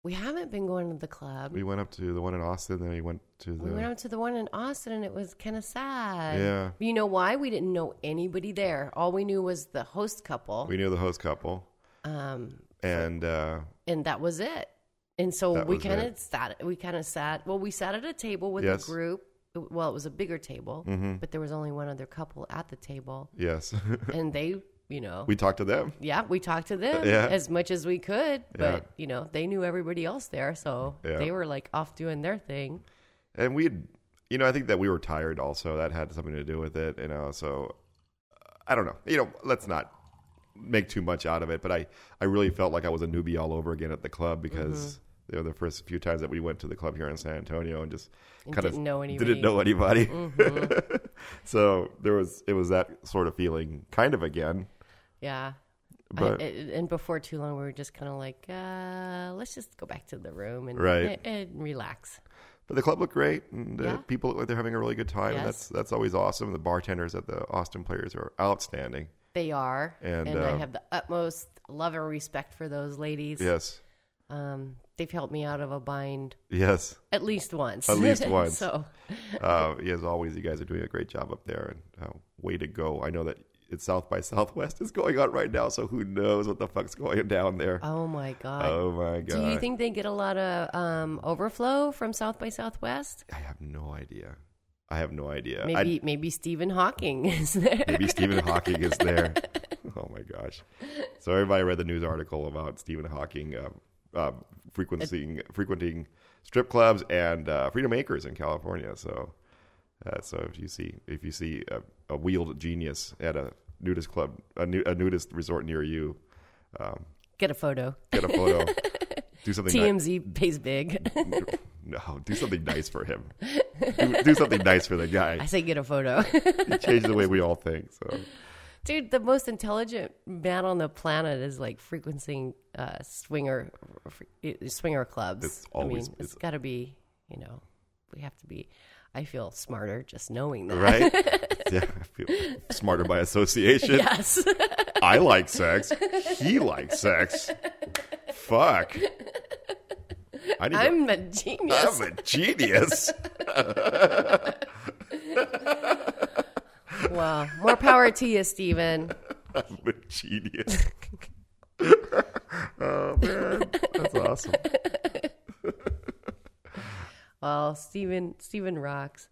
Speaker 2: we haven't been going to the club
Speaker 1: We went up to the one in Austin. Then we went to the
Speaker 2: we went out to the one in austin and it was kind of sad
Speaker 1: Yeah.
Speaker 2: you know why we didn't know anybody there all we knew was the host couple
Speaker 1: we knew the host couple,
Speaker 2: um
Speaker 1: and uh,
Speaker 2: and that was it. And so
Speaker 1: That
Speaker 2: we
Speaker 1: was
Speaker 2: kind
Speaker 1: it.
Speaker 2: of sat. We kind of sat. Well, we sat at a table with
Speaker 1: Yes. Mm-hmm.
Speaker 2: a group. Well, it was a bigger table, but there was only one other couple at the table,
Speaker 1: yes, (laughs)
Speaker 2: and they, you know,
Speaker 1: we talked to them.
Speaker 2: yeah, we talked to them
Speaker 1: Yeah.
Speaker 2: as much as we could,
Speaker 1: Yeah.
Speaker 2: but you know, they knew everybody else there, so
Speaker 1: Yeah.
Speaker 2: they were like off doing their thing.
Speaker 1: and we had you know i think that we were tired also that had something to do with it you know so uh, i don't know you know let's not make too much out of it but i i really felt like i was a newbie all over again at the club because
Speaker 2: Mm-hmm.
Speaker 1: they were the first few times that we went to the club here in san antonio and just kind of
Speaker 2: didn't know
Speaker 1: didn't
Speaker 2: anybody. Mm-hmm.
Speaker 1: know anybody (laughs) so there was it was that sort of feeling kind of again
Speaker 2: Yeah. I-
Speaker 1: But-
Speaker 2: I- and before too long, we were just kind of like, uh, let's just go back to the room and,
Speaker 1: Right.
Speaker 2: and, and relax.
Speaker 1: but the club looked great and uh,
Speaker 2: Yeah.
Speaker 1: people looked like they're having a really good time and that's
Speaker 2: Yes.
Speaker 1: that's always awesome the bartenders at the austin players are outstanding
Speaker 2: They are,
Speaker 1: And,
Speaker 2: I
Speaker 1: uh,
Speaker 2: have the utmost love and respect for those ladies.
Speaker 1: yes
Speaker 2: Um, they've helped me out of a bind
Speaker 1: yes
Speaker 2: at least once.
Speaker 1: At least once.
Speaker 2: (laughs) so
Speaker 1: (laughs) uh, as always, you guys are doing a great job up there, and uh, way to go! I know that it's South by Southwest is going on right now, so who knows what the fuck's going down there?
Speaker 2: oh my god.
Speaker 1: oh my god!
Speaker 2: Do you think they get a lot of um, overflow from South by Southwest?
Speaker 1: I have no idea. I have no idea. I-
Speaker 2: Maybe maybe Stephen Hawking (laughs) is there.
Speaker 1: maybe Stephen Hawking is there. Oh my gosh! So everybody read the news article about Stephen Hawking uh, uh, frequenting frequenting strip clubs and uh, freedom acres in California. So, uh, so if you see if you see a, a wheeled genius at a nudist club, a, nu- a nudist resort near you, um,
Speaker 2: Get a photo.
Speaker 1: get a photo. Do something. ni-
Speaker 2: TMZ pays big. (laughs)
Speaker 1: (laughs) no, do something nice for him. Do, do something nice for the
Speaker 2: I
Speaker 1: guy.
Speaker 2: say get a photo. (laughs)
Speaker 1: Change the way we all think. So
Speaker 2: Dude, the most intelligent man on the planet is like frequencing uh, swinger fre- uh, swinger clubs.
Speaker 1: It's always-
Speaker 2: I mean,
Speaker 1: it's-
Speaker 2: it's got to be, you know, we have to be. I feel smarter just knowing that.
Speaker 1: right, yeah, I feel smarter by association.
Speaker 2: (laughs) Yes. (laughs)
Speaker 1: I like sex. He likes sex. Fuck. I need
Speaker 2: I'm a
Speaker 1: to, (laughs)
Speaker 2: genius.
Speaker 1: I'm a
Speaker 2: (laughs)
Speaker 1: genius.
Speaker 2: Wow. More power to you, Steven.
Speaker 1: I'm a genius. (laughs) oh man, that's awesome.
Speaker 2: Well, Steven, Steven rocks.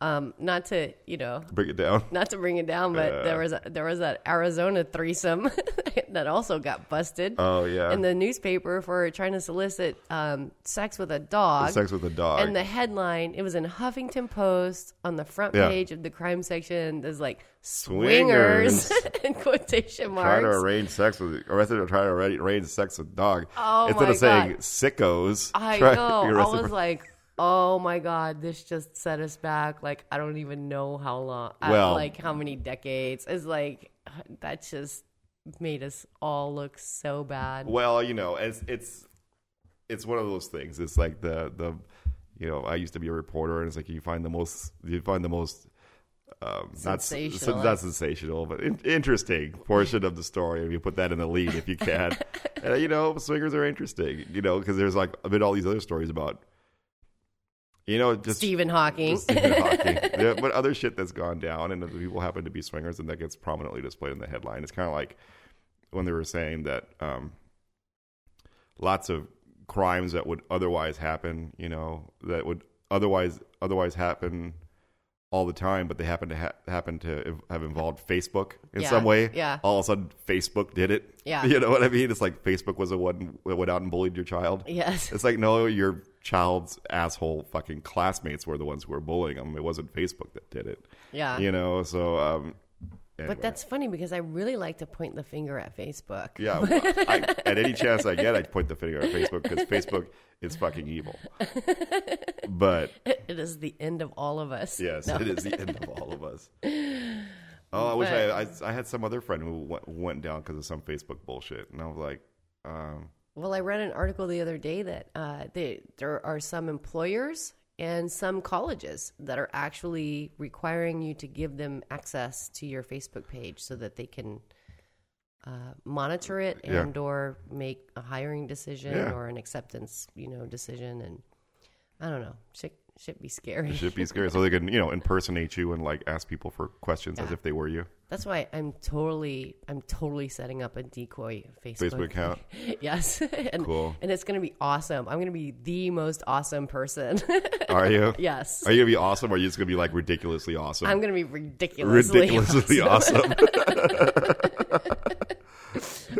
Speaker 2: Um, not to, you know,
Speaker 1: Bring it down.
Speaker 2: not to bring it down, but there was a, there was that Arizona threesome (laughs) that also got busted
Speaker 1: Oh yeah.
Speaker 2: in the newspaper for trying to solicit um, sex with a dog.
Speaker 1: sex with a dog.
Speaker 2: and the headline, it was in Huffington Post on the front
Speaker 1: Yeah.
Speaker 2: page of the crime section. There's like
Speaker 1: Swingers.
Speaker 2: swingers (laughs) in quotation
Speaker 1: Try to
Speaker 2: marks.
Speaker 1: arrange sex with arrested or try to arra- arrange sex with dog.
Speaker 2: Oh,
Speaker 1: Instead
Speaker 2: my
Speaker 1: of saying
Speaker 2: God.
Speaker 1: sickos,
Speaker 2: I
Speaker 1: try
Speaker 2: know.
Speaker 1: (laughs) be
Speaker 2: I
Speaker 1: arrested
Speaker 2: was
Speaker 1: for-
Speaker 2: like, oh my god, this just set us back. Like, I don't even know how long. I-
Speaker 1: Well-
Speaker 2: like how many decades? It's like (sighs) that just made us all look so bad.
Speaker 1: Well, you know, it's it's it's one of those things. It's like the the you know, I used to be a reporter, and it's like you find the most you find the most um, not s-
Speaker 2: Sensational.
Speaker 1: not sensational, but in, interesting portion of the story, and you put that in the lead if you can. and uh, you know, swingers are interesting, you know, because there's like been all these other stories about. You know, just
Speaker 2: Stephen Hawking.
Speaker 1: just Stephen Hawking. Yeah, but other shit that's gone down, and other people happen to be swingers, and that gets prominently displayed in the headline. It's kind of like when they were saying that um, lots of crimes that would otherwise happen, you know, that would otherwise otherwise happen all the time, but they happen to ha- happen to ev- have involved Facebook in
Speaker 2: Yeah,
Speaker 1: some way.
Speaker 2: yeah.
Speaker 1: All of a sudden, Facebook did it.
Speaker 2: Yeah.
Speaker 1: (laughs) You know what I mean? It's like Facebook was the one that went out and bullied your child. (laughs)
Speaker 2: (laughs) yes.
Speaker 1: It's like, no, your child's asshole fucking classmates were the ones who were bullying them. It wasn't Facebook that did it.
Speaker 2: Yeah.
Speaker 1: You know, so. Um, anyway.
Speaker 2: Ah. But that's funny because I really like to point the finger at Facebook.
Speaker 1: Yeah. well, I, at any chance I get, I point the finger at Facebook because Facebook is fucking
Speaker 2: (laughs)
Speaker 1: evil. But
Speaker 2: (laughs) It is the end of all of us.
Speaker 1: yes,
Speaker 2: No.
Speaker 1: it is the end of all of us. Oh, I wish I, I I had some other friend who went, went down because of some Facebook bullshit, and I was like, um,
Speaker 2: Well, I read an article the other day that uh, they, there are some employers and some colleges that are actually requiring you to give them access to your Facebook page so that they can uh, monitor it
Speaker 1: Yeah.
Speaker 2: and or make a hiring decision
Speaker 1: Yeah.
Speaker 2: or an acceptance, you know, decision. And I don't know, shit, shit be scary.
Speaker 1: should be scary. So they can, you know, impersonate you and like ask people for questions as if they were you.
Speaker 2: That's why I'm totally, I'm totally setting up a decoy Facebook,
Speaker 1: Facebook account.
Speaker 2: (laughs) Yes, and,
Speaker 1: Cool.
Speaker 2: and it's gonna be awesome. I'm gonna be the most awesome person. (laughs)
Speaker 1: Are you?
Speaker 2: Yes.
Speaker 1: Are you gonna be awesome? Or are you just gonna be like ridiculously awesome?
Speaker 2: I'm going to be ridiculously. (laughs)
Speaker 1: ridiculously (laughs) awesome.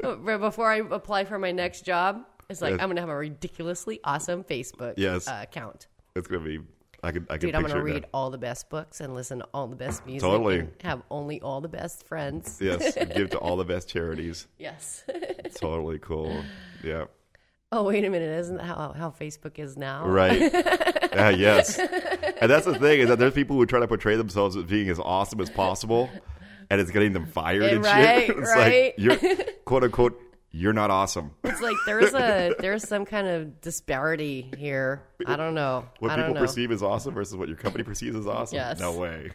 Speaker 2: But Before I apply for my next job, it's like,
Speaker 1: Yes.
Speaker 2: I'm going to have a ridiculously awesome Facebook
Speaker 1: Yes.
Speaker 2: uh, account.
Speaker 1: it's gonna be. I can. I can
Speaker 2: Dude, I'm going
Speaker 1: picture
Speaker 2: to
Speaker 1: it
Speaker 2: read
Speaker 1: now.
Speaker 2: all the best books and listen to all the best music.
Speaker 1: Totally.
Speaker 2: and have only all the best friends. (laughs)
Speaker 1: Yes, give to all the best charities.
Speaker 2: Yes. (laughs)
Speaker 1: Totally cool. Yeah.
Speaker 2: oh, wait a minute. Isn't that how, how Facebook is now? (laughs)
Speaker 1: Right. Ah, yes. And that's the thing is that there's people who try to portray themselves as being as awesome as possible, and it's getting them fired
Speaker 2: Yeah,
Speaker 1: and
Speaker 2: right,
Speaker 1: shit. (laughs) It's
Speaker 2: right.
Speaker 1: like you're quote unquote you're not
Speaker 2: (laughs)
Speaker 1: awesome.
Speaker 2: It's like there's
Speaker 1: (laughs)
Speaker 2: a there's some kind of disparity here. I don't know.
Speaker 1: What
Speaker 2: I don't
Speaker 1: people
Speaker 2: know.
Speaker 1: perceive as awesome versus what your company perceives as awesome.
Speaker 2: Yes.
Speaker 1: No way.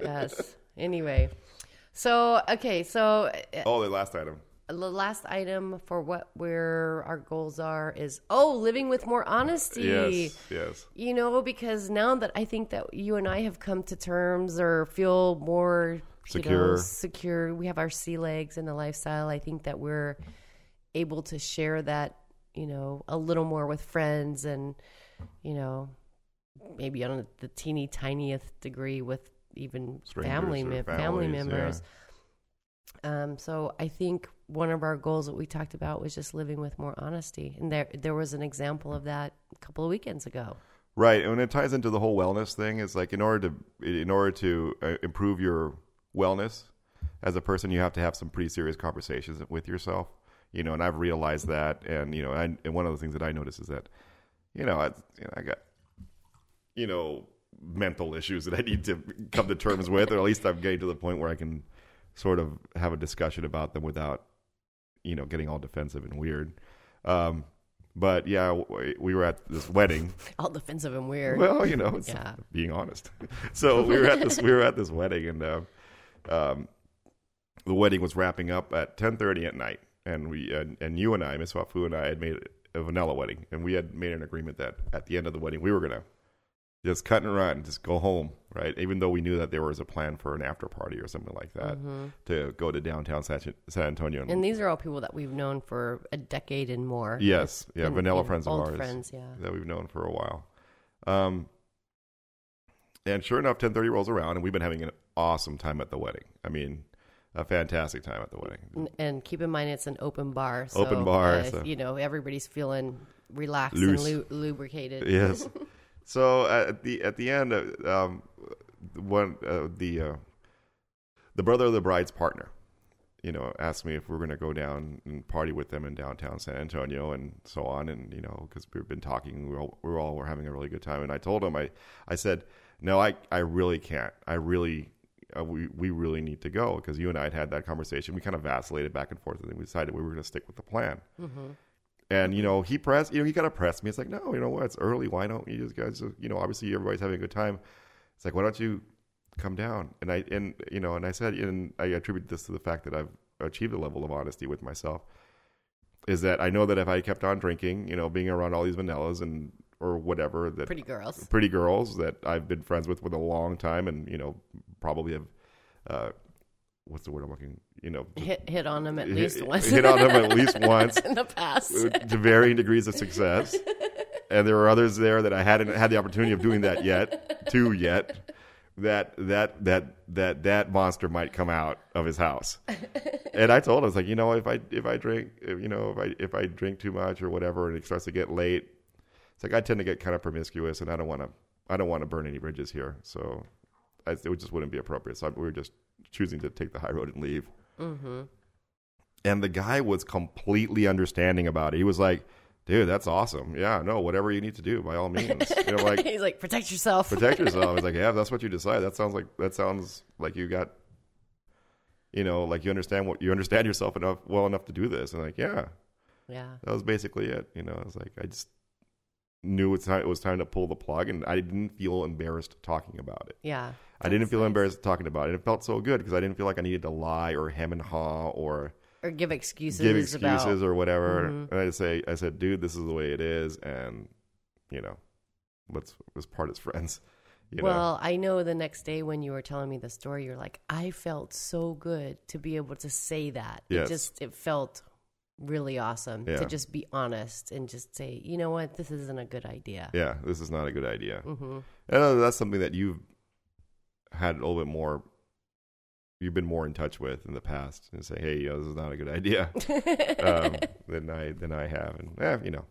Speaker 2: Yes. Anyway. So, okay. So, uh,
Speaker 1: Oh, the last item.
Speaker 2: the last item for what we're our goals are is oh living with more honesty
Speaker 1: Yes. Yes.
Speaker 2: you know because now that i think that you and i have come to terms or feel more you know,
Speaker 1: Secure.
Speaker 2: secure we have our sea legs in the lifestyle i think that we're able to share that you know a little more with friends and you know maybe on the teeny tiniest degree with even
Speaker 1: Strangers
Speaker 2: family
Speaker 1: or
Speaker 2: mem- family
Speaker 1: families, yeah.
Speaker 2: members Um, so I think one of our goals that we talked about was just living with more honesty, and there there was an example of that a couple of weekends ago.
Speaker 1: Right, and when it ties into the whole wellness thing, it's like in order to in order to uh, improve your wellness as a person, you have to have some pretty serious conversations with yourself. You know, and I've realized that, and you know, I, and one of the things that I notice is that, you know, I, you know, I got, you know, mental issues that I need to come to terms with, or at least I'm getting to the point where I can sort of have a discussion about them without, you know, getting all defensive and weird. Um, but yeah, w- we were at this wedding.
Speaker 2: All defensive and weird.
Speaker 1: Well, (laughs) you know, it's
Speaker 2: Yeah.
Speaker 1: being honest. (laughs) So we were at this we were at this wedding, and uh, um, the wedding was wrapping up at ten thirty at night, and we and, and you and I, Miss Wafu and I, had made a vanilla wedding, and we had made an agreement that at the end of the wedding we were gonna just cut and run, just go home, right? Even though we knew that there was a plan for an after party or something like that to go to downtown San, San Antonio. And,
Speaker 2: Mm-hmm. and these are all people that we've known for a decade and more.
Speaker 1: yes, yeah,
Speaker 2: And-
Speaker 1: vanilla
Speaker 2: and
Speaker 1: friends
Speaker 2: old
Speaker 1: of ours.
Speaker 2: Friends, yeah.
Speaker 1: that we've known for a while. Um, and sure enough, ten thirty rolls around, and we've been having an awesome time at the wedding. I mean, a fantastic time at the wedding.
Speaker 2: And, and keep in mind, it's an open bar. So,
Speaker 1: Open bar,
Speaker 2: uh,
Speaker 1: so-
Speaker 2: You know, everybody's feeling relaxed
Speaker 1: Loose.
Speaker 2: and lu- lubricated.
Speaker 1: Yes. so at the at the end, uh, um, one uh, the uh, the brother of the bride's partner, you know, asked me if we are going to go down and party with them in downtown San Antonio and so on. And, you know, because we've been talking, we all, we all were having a really good time. And I told him, I, I said, no, I, I really can't. I really, uh, we, we really need to go because you and I had had that conversation. We kind of vacillated back and forth and then we decided we were going to stick with the plan. And, you know, he pressed, you know, he kind of pressed me. It's like, no, you know what? It's early. Why don't you just guys, you know, obviously everybody's having a good time. It's like, why don't you come down? And I and you know, and I said, and I attribute this to the fact that I've achieved a level of honesty with myself. Is that I know that if I kept on drinking, you know, being around all these vanillas and or whatever that
Speaker 2: (laughs) Pretty girls.
Speaker 1: (laughs) pretty girls that I've been friends with for a long time, and you know, probably have, uh, what's the word I'm looking? You know, just
Speaker 2: Hit, hit on them (laughs) at least
Speaker 1: hit-
Speaker 2: once
Speaker 1: hit on them at least once
Speaker 2: (laughs) in the past.
Speaker 1: uh, to varying degrees of success. And there are others there that I hadn't had the opportunity of doing that yet, too yet. That that that that that monster might come out of his house. And I told him, I was like, you know, if I if I drink, if, you know, if I if I drink too much or whatever, and it starts to get late, it's like I tend to get kind of promiscuous, and I don't want to I don't want to burn any bridges here, so I, it just wouldn't be appropriate. So we were just choosing to take the high road and leave and the guy was completely understanding about it. He was like, "Dude, that's awesome. Yeah, no, whatever you need to do, by all means." you know, like
Speaker 2: (laughs) He's like, protect yourself.
Speaker 1: protect yourself. I was like, "Yeah, if that's what you decide. That sounds like that sounds like you got, you know, like you understand what you understand yourself enough well enough to do this." And like, yeah,
Speaker 2: yeah.
Speaker 1: that was basically it. You know, I was like, I just knew it's time, it was time to pull the plug, and I didn't feel embarrassed talking about it.
Speaker 2: Yeah.
Speaker 1: I didn't feel embarrassed talking about it. It felt so good because I didn't feel like I needed to lie or hem and haw or
Speaker 2: Or give excuses.
Speaker 1: give excuses
Speaker 2: About, Mm-hmm.
Speaker 1: or whatever. And I say, I said, dude, this is the way it is, and you know, let's let's part as friends. (laughs) You know,
Speaker 2: well, I know the next day when you were telling me the story, you're like, I felt so good to be able to say that.
Speaker 1: Yes.
Speaker 2: It just, it felt really awesome
Speaker 1: Yeah.
Speaker 2: to just be honest and just say, you know what, this isn't a good idea.
Speaker 1: yeah, this is not a good idea.
Speaker 2: Mm.
Speaker 1: And uh, that's something that you've had a little bit more. You've been more in touch with in the past, and say, hey, you know, this is not a good idea.
Speaker 2: Mm-hmm.
Speaker 1: um,
Speaker 2: (laughs)
Speaker 1: than I than I have, and eh, you know,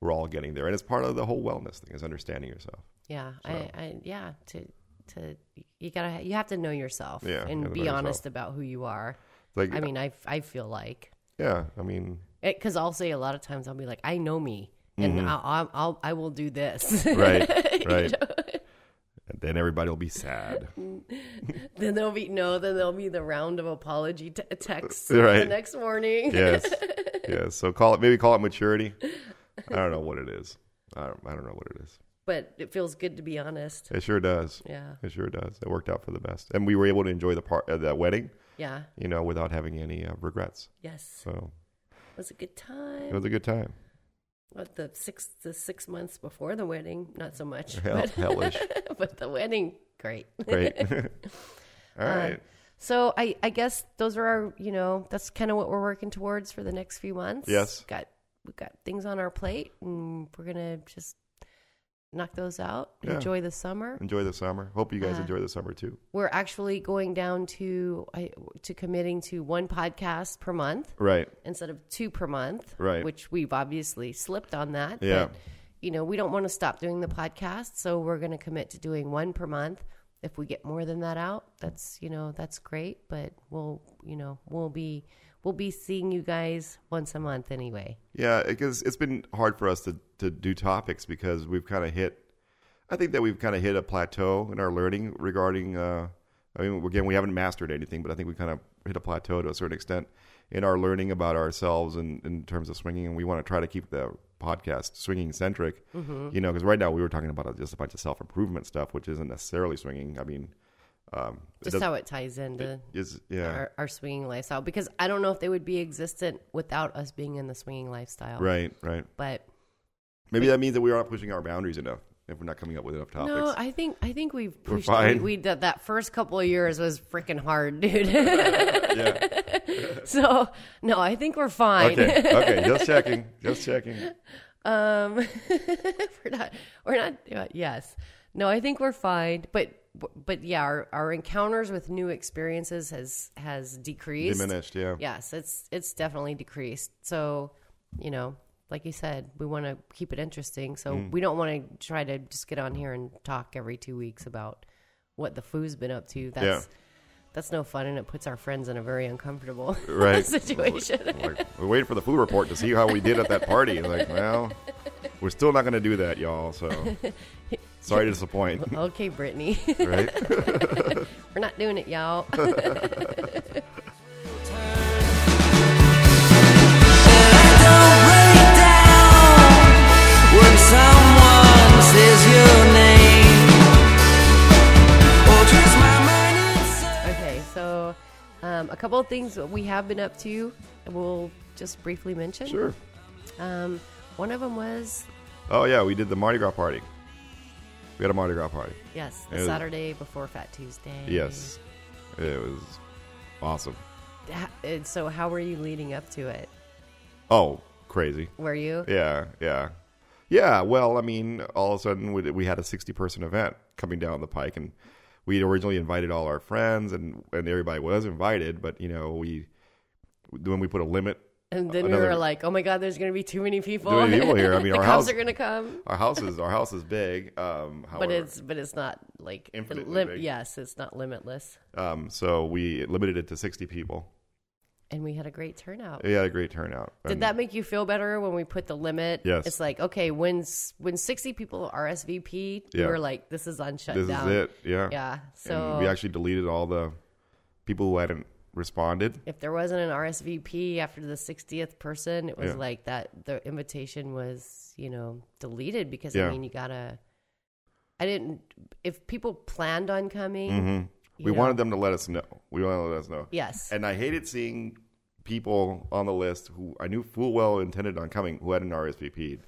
Speaker 1: we're all getting there, and it's part of the whole wellness thing is understanding yourself.
Speaker 2: Yeah,
Speaker 1: So-
Speaker 2: I, I yeah to to you gotta you have to know yourself
Speaker 1: Yeah, you
Speaker 2: and
Speaker 1: gotta
Speaker 2: be
Speaker 1: know
Speaker 2: honest about who you are.
Speaker 1: It's like,
Speaker 2: I mean, I I feel like
Speaker 1: yeah, I mean,
Speaker 2: (laughs) because I'll say a lot of times I'll be like I know me and
Speaker 1: Mm-hmm.
Speaker 2: I'll, I'll, I'll I will do this. (laughs)
Speaker 1: right, right. And then everybody will be
Speaker 2: (laughs)
Speaker 1: sad.
Speaker 2: then there'll be no. Then there'll be the round of apology t- texts the
Speaker 1: Uh, Right.
Speaker 2: next morning. (laughs)
Speaker 1: yes, yes. So call it maybe call it maturity. I don't know what it is. I don't, I don't know what it is.
Speaker 2: But it feels good to be honest.
Speaker 1: It sure does.
Speaker 2: Yeah,
Speaker 1: It sure does. It worked out for the best, and we were able to enjoy the part uh, that wedding,
Speaker 2: yeah,
Speaker 1: you know, without having any uh, regrets.
Speaker 2: yes.
Speaker 1: So
Speaker 2: It was a good
Speaker 1: it
Speaker 2: time.
Speaker 1: was a good time.
Speaker 2: What the six the six months before the wedding, not so much,
Speaker 1: (laughs) Hell, hellish,
Speaker 2: but, (laughs) but the wedding, great.
Speaker 1: great. (laughs) All
Speaker 2: Um,
Speaker 1: right.
Speaker 2: So I, I guess those are our, you know, that's kind of what we're working towards for the next few months.
Speaker 1: Yes.
Speaker 2: Got we got things on our plate, and we're gonna just knock those out.
Speaker 1: Yeah.
Speaker 2: Enjoy the summer.
Speaker 1: Enjoy the summer. Hope you guys
Speaker 2: Uh,
Speaker 1: enjoy the summer too.
Speaker 2: We're actually going down to I, to committing to one podcast per month
Speaker 1: Right.
Speaker 2: instead of two per month,
Speaker 1: Right.
Speaker 2: Which we've obviously slipped on that.
Speaker 1: Yeah.
Speaker 2: But, you know, we don't want to stop doing the podcast, so we're going to commit to doing one per month. If we get more than that out, that's you know that's great, but we'll you know we'll be we'll be seeing you guys once a month anyway.
Speaker 1: Yeah, because it's been hard for us to, to do topics because we've kind of hit. I think that we've kind of hit a plateau in our learning regarding. Uh, I mean, again, we haven't mastered anything, but I think we kind of hit a plateau to a certain extent in our learning about ourselves and in terms of swinging. And we want to try to keep the podcast swinging centric,
Speaker 2: Mm-hmm.
Speaker 1: you know, because right now we were talking about just a bunch of self improvement stuff, which isn't necessarily swinging. I mean, um, it
Speaker 2: Just
Speaker 1: doesn't-
Speaker 2: how it ties into
Speaker 1: is yeah,
Speaker 2: our, our swinging lifestyle because I don't know if they would be existent without us being in the swinging lifestyle.
Speaker 1: right, right.
Speaker 2: But
Speaker 1: Maybe that means that we aren't pushing our boundaries enough if we're not coming up with enough topics.
Speaker 2: no, I think I think we've pushed.
Speaker 1: fine.
Speaker 2: We, we did that first couple of years was freaking hard,
Speaker 1: (laughs)
Speaker 2: dude.
Speaker 1: yeah.
Speaker 2: (laughs) so no, I think we're fine.
Speaker 1: Okay. Okay. Just checking. Just
Speaker 2: (laughs)
Speaker 1: checking.
Speaker 2: Um, (laughs) we're not. We're not. uh, Yes. No, I think we're fine. But but yeah, our, our encounters with new experiences has has decreased.
Speaker 1: Diminished. Yeah.
Speaker 2: yes it's it's definitely decreased so you know like you said we want to keep it interesting so
Speaker 1: Mm.
Speaker 2: we don't want to try to just get on here and talk every two weeks about what the foo's been up to that's that's no fun and it puts our friends in a very uncomfortable (laughs)
Speaker 1: (laughs) Right.
Speaker 2: situation
Speaker 1: Like, we're waiting for the food report to see how we did at that party. It's Like, well, we're still not going to do that, y'all.
Speaker 2: (laughs)
Speaker 1: So sorry to disappoint.
Speaker 2: okay brittany
Speaker 1: Right.
Speaker 2: (laughs) we're not doing
Speaker 1: (laughs)
Speaker 2: it y'all
Speaker 3: Someone says your name Or twist my mind inside
Speaker 2: okay so um, a couple of things that we have been up to and we'll just briefly mention
Speaker 1: Sure.
Speaker 2: um, one of them was
Speaker 1: Oh yeah, we did the Mardi Gras party. We had a Mardi Gras party.
Speaker 2: yes
Speaker 1: It
Speaker 2: the
Speaker 1: was-
Speaker 2: saturday before fat tuesday
Speaker 1: Yes. It was awesome.
Speaker 2: Ha- and so how were you leading up to it
Speaker 1: Oh, crazy.
Speaker 2: were you
Speaker 1: Yeah, yeah, yeah. Well, I mean, all of a sudden we, we had a sixty-person event coming down the pike, and we had originally invited all our friends, and and everybody was invited, but you know, we when we put a limit,
Speaker 2: and then we
Speaker 1: Another-
Speaker 2: were like oh my god there's gonna be too many people
Speaker 1: Too many people here. I mean,
Speaker 2: Oh, the
Speaker 1: our
Speaker 2: (laughs) cops
Speaker 1: house-
Speaker 2: are gonna come
Speaker 1: our house is our house is big, um, however,
Speaker 2: but it's but it's not like the
Speaker 1: Infinitely
Speaker 2: lim-
Speaker 1: big.
Speaker 2: yes it's not limitless
Speaker 1: um, so we limited it to sixty people.
Speaker 2: and we had a great turnout
Speaker 1: We had a great turnout.
Speaker 2: did
Speaker 1: And
Speaker 2: that make you feel better when we put the limit
Speaker 1: Yes.
Speaker 2: it's like okay when s- when 60 people RSVP
Speaker 1: Yeah.
Speaker 2: we were like this is on shutdown
Speaker 1: This is it. Yeah.
Speaker 2: yeah so
Speaker 1: And we actually deleted all the people who hadn't responded.
Speaker 2: if there wasn't an RSVP after the 60th person, it was
Speaker 1: Yeah.
Speaker 2: like that the invitation was, you know, deleted because
Speaker 1: Yeah.
Speaker 2: I mean, you got to I didn't if people planned on coming, you
Speaker 1: Mm-hmm. We
Speaker 2: know-
Speaker 1: wanted them to let us know. We wanted to let us know.
Speaker 2: Yes.
Speaker 1: And I hated seeing people on the list who I knew full well intended on coming who hadn't RSVP'd.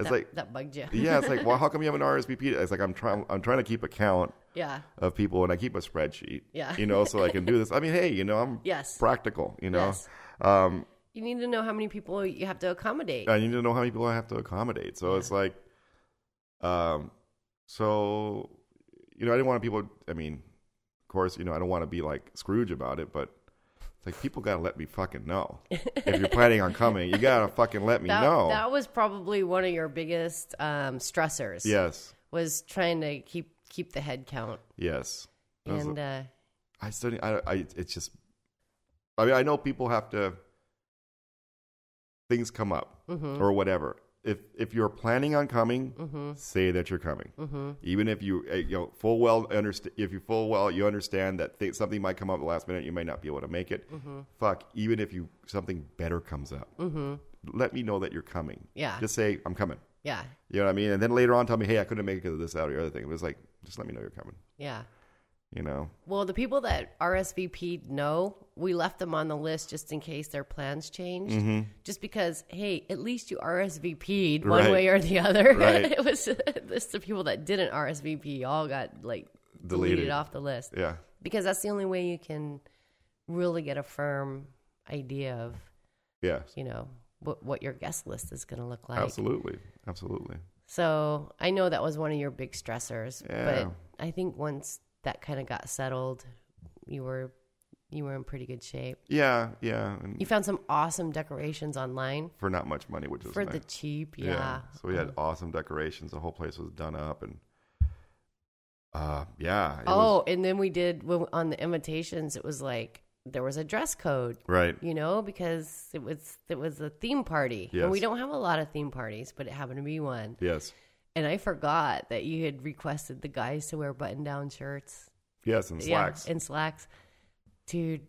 Speaker 1: It's
Speaker 2: that,
Speaker 1: like,
Speaker 2: that bugged you.
Speaker 1: yeah, it's like, well, how come you haven't RSVP'd? It's like I'm trying, I'm trying to keep a count
Speaker 2: (laughs) yeah.
Speaker 1: of people, and I keep a spreadsheet.
Speaker 2: Yeah.
Speaker 1: you know, so I can do this. I mean, hey, you know, I'm
Speaker 2: (laughs) Yes.
Speaker 1: practical. You know,
Speaker 2: Yes.
Speaker 1: um,
Speaker 2: You need to know how many people you have to accommodate.
Speaker 1: I need to know how many people I have to accommodate. So it's like, um, so you know, I didn't want people. I mean, of course, you know, I don't want to be like Scrooge about it, but it's like people gotta let me fucking know if you're planning on coming. You gotta fucking let me
Speaker 2: (laughs) that,
Speaker 1: know.
Speaker 2: that was probably one of your biggest um, stressors.
Speaker 1: yes,
Speaker 2: Was trying to keep keep the head count
Speaker 1: yes. That was-
Speaker 2: and uh,
Speaker 1: I still, I, I, it's just. I mean, I know people have to. Things come up
Speaker 2: Mm-hmm.
Speaker 1: or whatever. If if you're planning on coming, say that you're coming.
Speaker 2: Mm-hmm.
Speaker 1: Even if you uh, you know full well understand, if you full well you understand that th- something might come up at the last minute, you may not be able to make it.
Speaker 2: Mm-hmm.
Speaker 1: Fuck. Even if you something better comes up, let me know that you're coming.
Speaker 2: Yeah.
Speaker 1: Just say I'm coming.
Speaker 2: yeah,
Speaker 1: You know what I mean? And then later on, tell me, hey, I couldn't make it because of this, that, or the other thing. It was like, just let me know you're coming.
Speaker 2: yeah.
Speaker 1: You know.
Speaker 2: Well, the people that RSVP'd no, we left them on the list just in case their plans changed.
Speaker 1: Mm-hmm.
Speaker 2: Just because, hey, at least you RSVP'd one
Speaker 1: Right.
Speaker 2: way or the other.
Speaker 1: Right.
Speaker 2: (laughs) it was just the people that didn't RSVP all got like deleted,
Speaker 1: Deleted.
Speaker 2: off the list
Speaker 1: Yeah.
Speaker 2: because that's the only way you can really get a firm idea of
Speaker 1: Yeah.
Speaker 2: you know what what your guest list is going to look like.
Speaker 1: Absolutely. Absolutely.
Speaker 2: So I know that was one of your big stressors,
Speaker 1: Yeah.
Speaker 2: but I think once that kind of got settled, you were you were in pretty good shape.
Speaker 1: Yeah, yeah. And
Speaker 2: You found some awesome decorations online
Speaker 1: for not much money, which was
Speaker 2: for
Speaker 1: nice.
Speaker 2: the cheap. Yeah.
Speaker 1: So we had awesome decorations. The whole place was done up and uh yeah. it was-
Speaker 2: Oh, and then we did when- on the invitations. It was like there was a dress code,
Speaker 1: right.
Speaker 2: you know, because it was it was a theme party,
Speaker 1: Yes.
Speaker 2: and we don't have a lot of theme parties, but it happened to be one.
Speaker 1: Yes.
Speaker 2: And I forgot that you had requested the guys to wear button down shirts,
Speaker 1: Yes, and slacks.
Speaker 2: yeah, and slacks. Dude,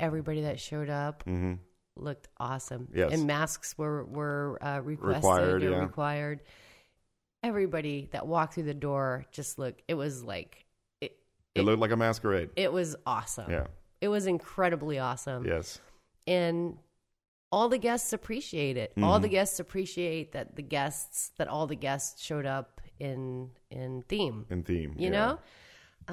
Speaker 2: everybody that showed up
Speaker 1: Mhm.
Speaker 2: looked awesome.
Speaker 1: Yes.
Speaker 2: and masks were were uh, requested
Speaker 1: Required,
Speaker 2: or
Speaker 1: yeah.
Speaker 2: required. Everybody that walked through the door just looked. It was like it.
Speaker 1: it, looked like a masquerade.
Speaker 2: It was awesome.
Speaker 1: yeah.
Speaker 2: It was incredibly awesome.
Speaker 1: Yes.
Speaker 2: And all the guests appreciate it. All
Speaker 1: Mm-hmm.
Speaker 2: the guests appreciate that the guests that all the guests showed up in in theme.
Speaker 1: In theme. yeah.
Speaker 2: You know?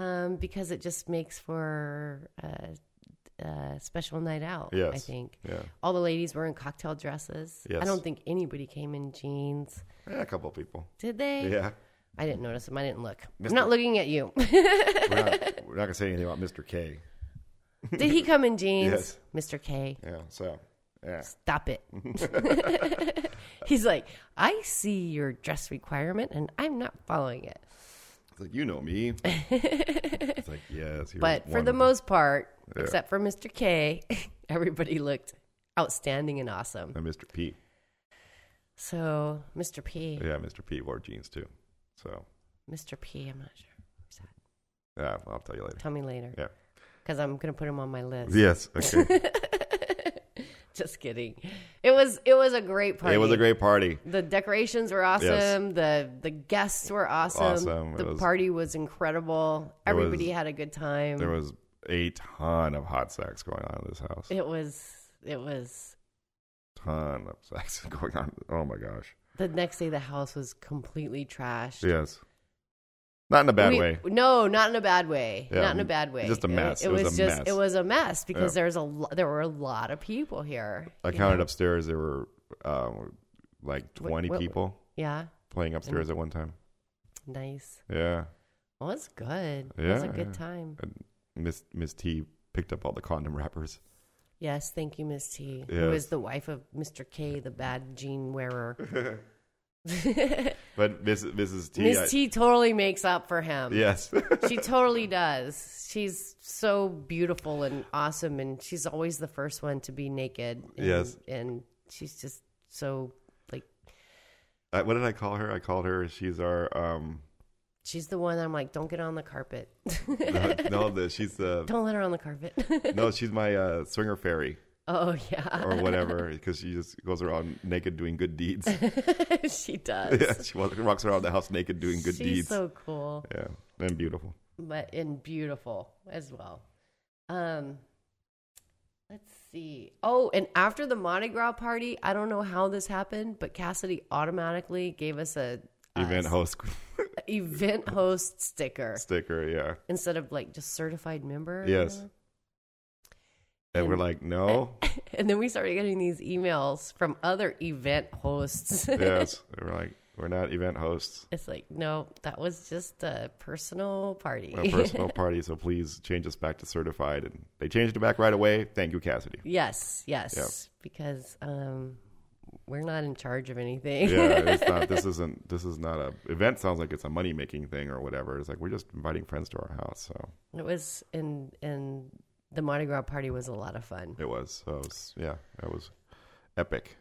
Speaker 2: Um, because it just makes for a, a special night out, I
Speaker 1: Yes.
Speaker 2: think.
Speaker 1: Yeah.
Speaker 2: All the ladies were in cocktail dresses. I
Speaker 1: Yes.
Speaker 2: don't think anybody came in jeans.
Speaker 1: Yeah, a couple of people.
Speaker 2: Did they?
Speaker 1: Yeah.
Speaker 2: I didn't notice them. I didn't look.
Speaker 1: Mr.
Speaker 2: I'm not looking
Speaker 1: (laughs)
Speaker 2: at you.
Speaker 1: We're not, we're not gonna say anything about Mr. K.
Speaker 2: Did he come in jeans?
Speaker 1: Yes.
Speaker 2: Mr. K.
Speaker 1: Yeah. So yeah.
Speaker 2: stop
Speaker 1: (laughs)
Speaker 2: it. (laughs) He's like, I see your dress requirement and I'm not following it.
Speaker 1: It's like you know
Speaker 2: (laughs)
Speaker 1: me. it's like yes. you're
Speaker 2: But for the
Speaker 1: wonderful.
Speaker 2: most part, except for Mr. K, (laughs) everybody looked outstanding and awesome.
Speaker 1: And Mr. P.
Speaker 2: So, Mr. P,
Speaker 1: Yeah, Mr. P wore jeans too. So
Speaker 2: Mr. P, I'm not sure. Who's that?
Speaker 1: yeah, I'll tell you later. (laughs)
Speaker 2: Tell me later.
Speaker 1: Yeah.
Speaker 2: Because I'm going to put him on my list.
Speaker 1: Yes. Okay.
Speaker 2: (laughs) Just kidding. It was it was a great party. Mm-hmm.
Speaker 1: it was a great party.
Speaker 2: The decorations were awesome. The the guests were awesome.
Speaker 1: Awesome. It
Speaker 2: The
Speaker 1: was-
Speaker 2: party was incredible.
Speaker 1: There was-
Speaker 2: Everybody had a good time.
Speaker 1: There was a ton of hot sex going on in this house.
Speaker 2: It was it was
Speaker 1: ton of sex (laughs) going on. Oh my gosh.
Speaker 2: the next day the house was completely trashed.
Speaker 1: Yes. Not in a bad
Speaker 2: We-
Speaker 1: way.
Speaker 2: No, not in a mess.
Speaker 1: Yeah,
Speaker 2: not in a bad way.
Speaker 1: just a
Speaker 2: It-
Speaker 1: mess.
Speaker 2: It,
Speaker 1: It
Speaker 2: was,
Speaker 1: was a
Speaker 2: just
Speaker 1: mess.
Speaker 2: it was a mess because
Speaker 1: Yeah.
Speaker 2: there's a lo- there were a lot of people here.
Speaker 1: I
Speaker 2: you
Speaker 1: counted
Speaker 2: know?
Speaker 1: upstairs there were um, like
Speaker 2: What-
Speaker 1: 20
Speaker 2: what- Mm.
Speaker 1: people
Speaker 2: Yeah.
Speaker 1: playing upstairs at one time.
Speaker 2: Nice.
Speaker 1: Yeah.
Speaker 2: Well, it's good. it was a
Speaker 1: Yeah,
Speaker 2: good
Speaker 1: yeah.
Speaker 2: time.
Speaker 1: Miss Miss T picked up all the condom wrappers.
Speaker 2: Yes, thank you, Miss T, who
Speaker 1: Yes.
Speaker 2: is the wife of Mr. K, the bad jean wearer.
Speaker 1: But Miss Mrs. T, I-
Speaker 2: Miss T totally makes up for him.
Speaker 1: Yes. (laughs)
Speaker 2: She totally does. She's so beautiful and awesome, and she's always the first one to be naked. And,
Speaker 1: Yes.
Speaker 2: and she's just so like
Speaker 1: I, what did I call her? I called her she's our um (laughs)
Speaker 2: she's the one. I'm like, don't get on the carpet. (laughs)
Speaker 1: no, no, the, she's the
Speaker 2: don't let her on the carpet. (laughs)
Speaker 1: no, she's my uh, swinger fairy
Speaker 2: oh yeah,
Speaker 1: or
Speaker 2: (laughs)
Speaker 1: whatever because she just goes around naked doing good deeds.
Speaker 2: (laughs) she
Speaker 1: (laughs)
Speaker 2: does.
Speaker 1: Oh. yeah, she walks, walks around the house naked doing good
Speaker 2: she's
Speaker 1: deeds.
Speaker 2: so cool,
Speaker 1: yeah, and beautiful.
Speaker 2: but and beautiful as well. Um. Let's see. Oh, and after the Mardi Gras party, I don't know how this happened, but Cassidy automatically gave us a
Speaker 1: Event host
Speaker 2: (laughs) event host sticker
Speaker 1: sticker, yeah.
Speaker 2: instead of like just certified member. or
Speaker 1: Yes.
Speaker 2: whatever.
Speaker 1: And we're like,
Speaker 2: (laughs)
Speaker 1: no.
Speaker 2: And then we started getting these emails from other event hosts. (laughs)
Speaker 1: yes. And We're like, we're not event hosts.
Speaker 2: it's like, no, that was just a personal party.
Speaker 1: We're a personal party, so please change us back to certified. And they changed it back right away. Thank you,
Speaker 2: (laughs)
Speaker 1: Cassidy.
Speaker 2: (laughs) yes, yes.
Speaker 1: Yeah.
Speaker 2: Because um, we're not in charge of anything.
Speaker 1: Yeah, it's not. This isn't. This is not a event. Sounds like it's a money making thing or whatever. It's like we're just inviting friends to our house. So
Speaker 2: It was and and the Mardi Gras party was a lot of fun.
Speaker 1: it was. So it was, yeah, it was epic.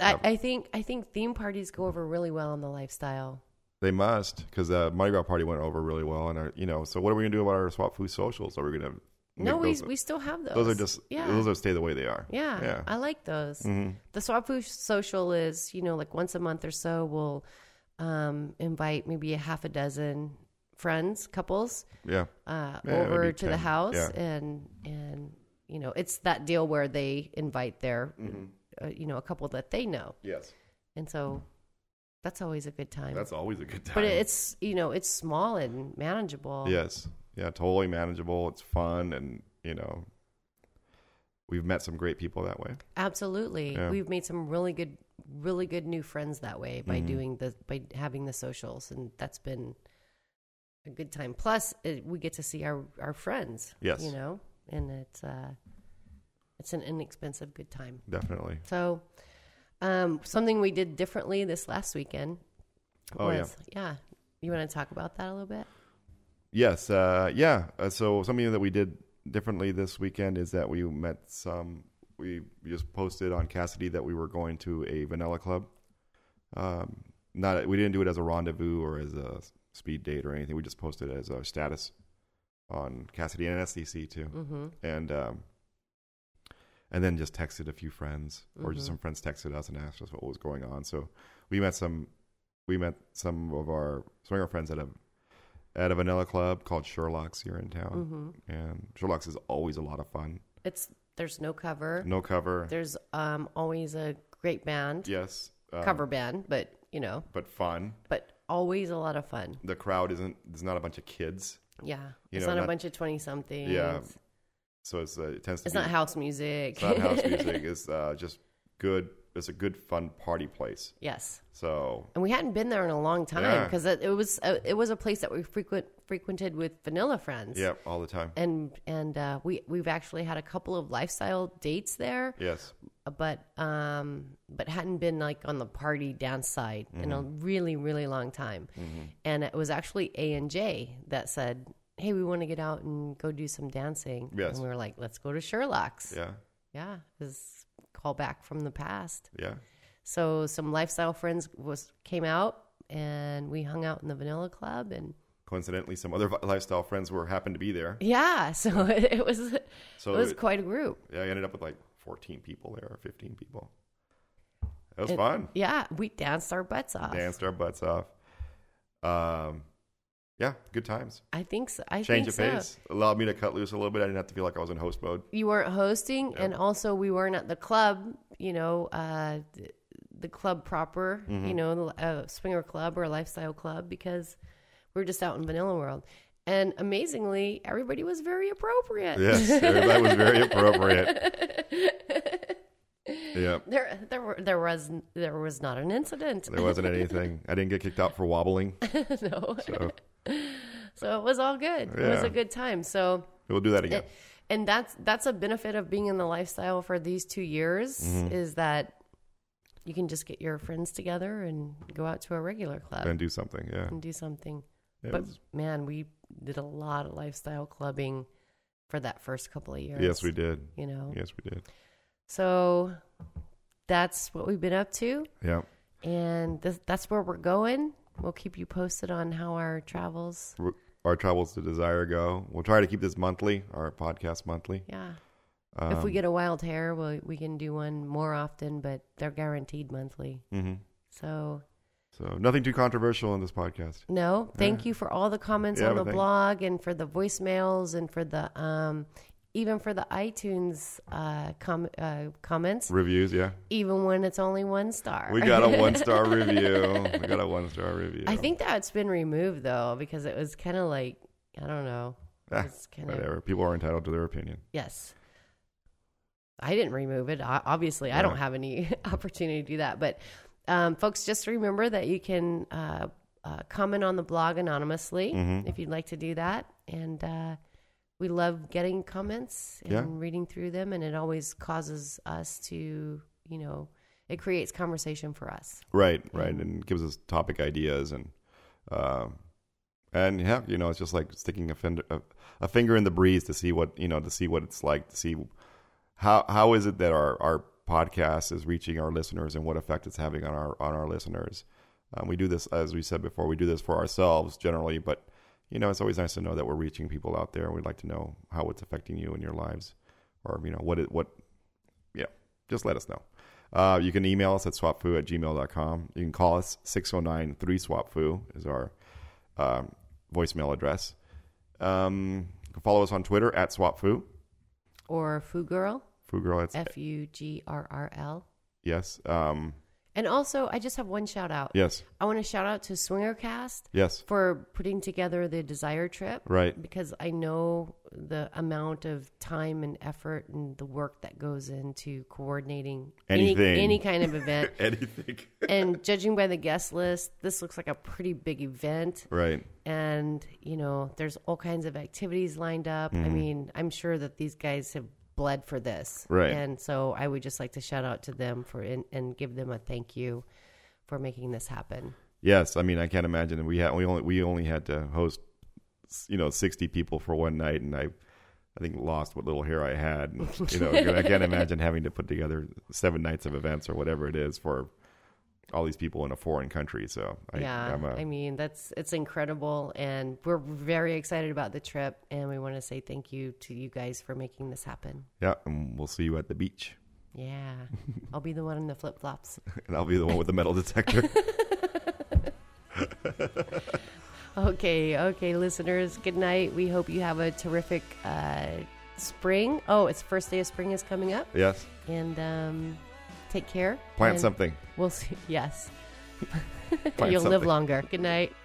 Speaker 2: I, I think I think theme parties go over really well in the lifestyle.
Speaker 1: They must, because the Mardi Gras party went over really well, and our, you know. So what are we gonna do about our swap food socials? Are we gonna?
Speaker 2: No,
Speaker 1: make
Speaker 2: we,
Speaker 1: those-
Speaker 2: we still have those.
Speaker 1: Those are just
Speaker 2: yeah.
Speaker 1: those are stay the way they are. Mm-hmm.
Speaker 2: Yeah,
Speaker 1: Yeah. Mm.
Speaker 2: I like those. The Swapu social is, you know, like once a month or so, we'll um, invite maybe a half a dozen friends, couples,
Speaker 1: yeah.
Speaker 2: uh,
Speaker 1: Yeah,
Speaker 2: over
Speaker 1: maybe
Speaker 2: to the
Speaker 1: 10,
Speaker 2: house,
Speaker 1: yeah.
Speaker 2: and and you know, it's that deal where they invite their,
Speaker 1: Mm.
Speaker 2: uh, you know, a couple that they know,
Speaker 1: Mm-hmm. Yes.
Speaker 2: and so that's always a good time.
Speaker 1: That's always a good time.
Speaker 2: but it's you know it's small and manageable.
Speaker 1: yes. Yeah, totally manageable. It's fun and, you know, we've met some great people that way.
Speaker 2: Absolutely.
Speaker 1: Yeah.
Speaker 2: We've made some really good really good new friends that way by
Speaker 1: Mm-hmm.
Speaker 2: doing the by having the socials, and that's been a good time. Plus, it, we get to see our our friends.
Speaker 1: Yes.
Speaker 2: you know, and it's uh, it's an inexpensive good time.
Speaker 1: Definitely.
Speaker 2: So, um, something we did differently this last weekend.
Speaker 1: Oh, yeah.
Speaker 2: was, yeah, You want to talk about that a little bit?
Speaker 1: Yes. Uh, yeah. Uh, so something that we did differently this weekend is that we met some. We just posted on Cassidy that we were going to a vanilla club. Um, not we didn't do it as a rendezvous or as a speed date or anything. We just posted it as our status on Cassidy and SDC too,
Speaker 2: Mm-hmm.
Speaker 1: and um, and then just texted a few friends or
Speaker 2: Mm-hmm.
Speaker 1: just some friends texted us and asked us what was going on. So we met some we met some of our swinger friends at a at a vanilla club called Sherlock's here in town,
Speaker 2: Mm-hmm.
Speaker 1: and Sherlock's is always a lot of fun.
Speaker 2: It's there's no cover.
Speaker 1: No cover,
Speaker 2: There's um, always a great band,
Speaker 1: yes, uh,
Speaker 2: cover band, but you know,
Speaker 1: but fun.
Speaker 2: but always a lot of fun.
Speaker 1: The crowd isn't there's not a bunch of kids,
Speaker 2: Yeah,
Speaker 1: You
Speaker 2: it's
Speaker 1: know,
Speaker 2: not,
Speaker 1: not-
Speaker 2: a bunch of twenty somethings.
Speaker 1: Yeah, so it's uh, it tends to
Speaker 2: it's
Speaker 1: be (laughs)
Speaker 2: not house music.
Speaker 1: it's not
Speaker 2: (laughs)
Speaker 1: house music. It's uh, just good. It's a good fun party place.
Speaker 2: yes,
Speaker 1: So
Speaker 2: and we hadn't been there in a long time
Speaker 1: Yeah.
Speaker 2: because it, it was a, it was a place that we frequent frequented with vanilla friends.
Speaker 1: yeah, all the time.
Speaker 2: and and uh, we we've actually had a couple of lifestyle dates there,
Speaker 1: Yes,
Speaker 2: but um, but hadn't been like on the party downside side in a
Speaker 1: Mm-hmm.
Speaker 2: really really long time, and it was actually A and J that said, "Hey, we want to get out and go do some dancing."
Speaker 1: Yes.
Speaker 2: and we were like, "Let's go to Sherlock's."
Speaker 1: yeah,
Speaker 2: yeah, this call back from the past.
Speaker 1: yeah.
Speaker 2: So some lifestyle friends was came out and we hung out in the Vanilla Club and
Speaker 1: Coincidentally, some other lifestyle friends were happened to be there.
Speaker 2: yeah, (laughs) so it, it was it
Speaker 1: So
Speaker 2: was
Speaker 1: it-
Speaker 2: quite a group.
Speaker 1: yeah, I ended up with like 14 people there or 15 people. It was
Speaker 2: It-
Speaker 1: fun.
Speaker 2: Yeah, we danced our butts off.
Speaker 1: Danced our butts off. Um, yeah, good times.
Speaker 2: I think so. I
Speaker 1: Change of
Speaker 2: think so.
Speaker 1: pace allowed me to cut loose a little bit. I didn't have to feel like I was in host
Speaker 2: (laughs)
Speaker 1: mode.
Speaker 2: You weren't hosting, and also we weren't at the club. You know, uh, th- the club proper.
Speaker 1: Mm-hmm.
Speaker 2: You know, the uh, swinger club or lifestyle club because we were just out in Vanilla World. And amazingly, everybody was very appropriate.
Speaker 1: Yes, that was very appropriate. Yeah,
Speaker 2: (laughs) There, there were, there was, there was not an incident.
Speaker 1: there wasn't anything. I didn't get kicked out for wobbling.
Speaker 2: (laughs) no,
Speaker 1: So
Speaker 2: so it was all good. It was
Speaker 1: Yeah.
Speaker 2: a good time. So,
Speaker 1: we'll do that again.
Speaker 2: and that's that's a benefit of being in the lifestyle for these two years
Speaker 1: Mm-hmm.
Speaker 2: is that you can just get your friends together and go out to a regular club
Speaker 1: and do something. Yeah.
Speaker 2: and do something.
Speaker 1: It
Speaker 2: uh, but
Speaker 1: was-
Speaker 2: man, we did a lot of lifestyle clubbing for that first couple of years.
Speaker 1: yes, we did.
Speaker 2: You know,
Speaker 1: Yes, we did.
Speaker 2: so that's what we've been up to.
Speaker 1: Yeah.
Speaker 2: and this, that's where we're going. We'll keep you posted on how our travels.
Speaker 1: Our travels to desire go. We'll try to keep this monthly, our podcast monthly.
Speaker 2: Yeah. if
Speaker 1: Um,
Speaker 2: we get a wild hair, we we can do one more often, but they're guaranteed monthly.
Speaker 1: Mm-hmm.
Speaker 2: So
Speaker 1: So nothing too controversial in this podcast.
Speaker 2: no, thank you for all the comments
Speaker 1: Yeah,
Speaker 2: on
Speaker 1: but
Speaker 2: the
Speaker 1: thank-
Speaker 2: blog and for the voicemails and for the um, even for the iTunes uh, com- uh, comments,
Speaker 1: Reviews, yeah.
Speaker 2: even when it's only one star.
Speaker 1: We got a
Speaker 2: (laughs)
Speaker 1: one star review. We got a one star review.
Speaker 2: I think that's been removed though because it was kind of like I don't know.
Speaker 1: Ah,
Speaker 2: It's kind of
Speaker 1: whatever. People are entitled to their opinion.
Speaker 2: Yes. I didn't remove it. I, obviously, I don't
Speaker 1: Right.
Speaker 2: have any (laughs) opportunity to do that. But um, folks, just remember that you can uh, uh, comment on the blog anonymously
Speaker 1: Mm-hmm.
Speaker 2: if you'd like to do that. And uh, we love getting comments and
Speaker 1: Yeah.
Speaker 2: reading through them. And it always causes us to, you know, it creates conversation for us.
Speaker 1: Right, right, and gives us topic ideas and um, and yeah, you know, it's just like sticking a finger a, a finger in the breeze to see what you know to see what it's like to see how how is it that our our podcast is reaching our listeners and what effect it's having on our on our listeners. Um, we do this as we said before. We do this for ourselves generally, but you know, it's always nice to know that we're reaching people out there. and We'd like to know how it's affecting you in your lives, or you know, what it what yeah, just let us know. Uh, you can email us at swapfoo at gmail.com. You can call us 609 3 swapfoo is our um, voicemail address. Um, you can follow us on Twitter at swapfoo.
Speaker 2: Or Foo Girl,
Speaker 1: Foo girl, that's
Speaker 2: F U G R R L.
Speaker 1: yes. Um,
Speaker 2: And also, I just have one shout out.
Speaker 1: Yes.
Speaker 2: I want to shout out to Swingercast
Speaker 1: Yes.
Speaker 2: for putting together the desire trip.
Speaker 1: Right.
Speaker 2: Because I know the amount of time and effort and the work that goes into coordinating
Speaker 1: Anything.
Speaker 2: any, any kind of event. (laughs)
Speaker 1: Anything.
Speaker 2: and judging by the guest list, this looks like a pretty big event.
Speaker 1: right.
Speaker 2: And, you know, there's all kinds of activities lined up.
Speaker 1: Mm-hmm.
Speaker 2: I mean, I'm sure that these guys have bled for this.
Speaker 1: Right.
Speaker 2: And so I would just like to shout out to them for and, and give them a thank you for making this happen.
Speaker 1: Yes, I mean I can't imagine. that We had we only we only had to host, you know, sixty people for one night, and I, I think lost what little hair I had. And, you know, I
Speaker 2: (laughs)
Speaker 1: can't imagine having to put together seven nights of events or whatever it is for all these people in a foreign country. So I,
Speaker 2: yeah,
Speaker 1: I'm a,
Speaker 2: I mean that's it's incredible, and we're very excited about the trip, and we want to say thank you to you guys for making this happen.
Speaker 1: yeah, and we'll see you at the beach,
Speaker 2: Yeah, I'll be the one in the flip flops.
Speaker 1: and I'll be the one with the metal detector.
Speaker 2: (laughs)
Speaker 1: (laughs)
Speaker 2: Okay, okay, listeners, good night. We hope you have a terrific uh, spring. Oh, it's first day of spring is coming up,
Speaker 1: yes,
Speaker 2: and um, take care.
Speaker 1: plant
Speaker 2: and
Speaker 1: something.
Speaker 2: We'll see. (laughs) Yes,
Speaker 1: Plant
Speaker 2: you'll live
Speaker 1: something.
Speaker 2: longer. Good night.
Speaker 3: Oh,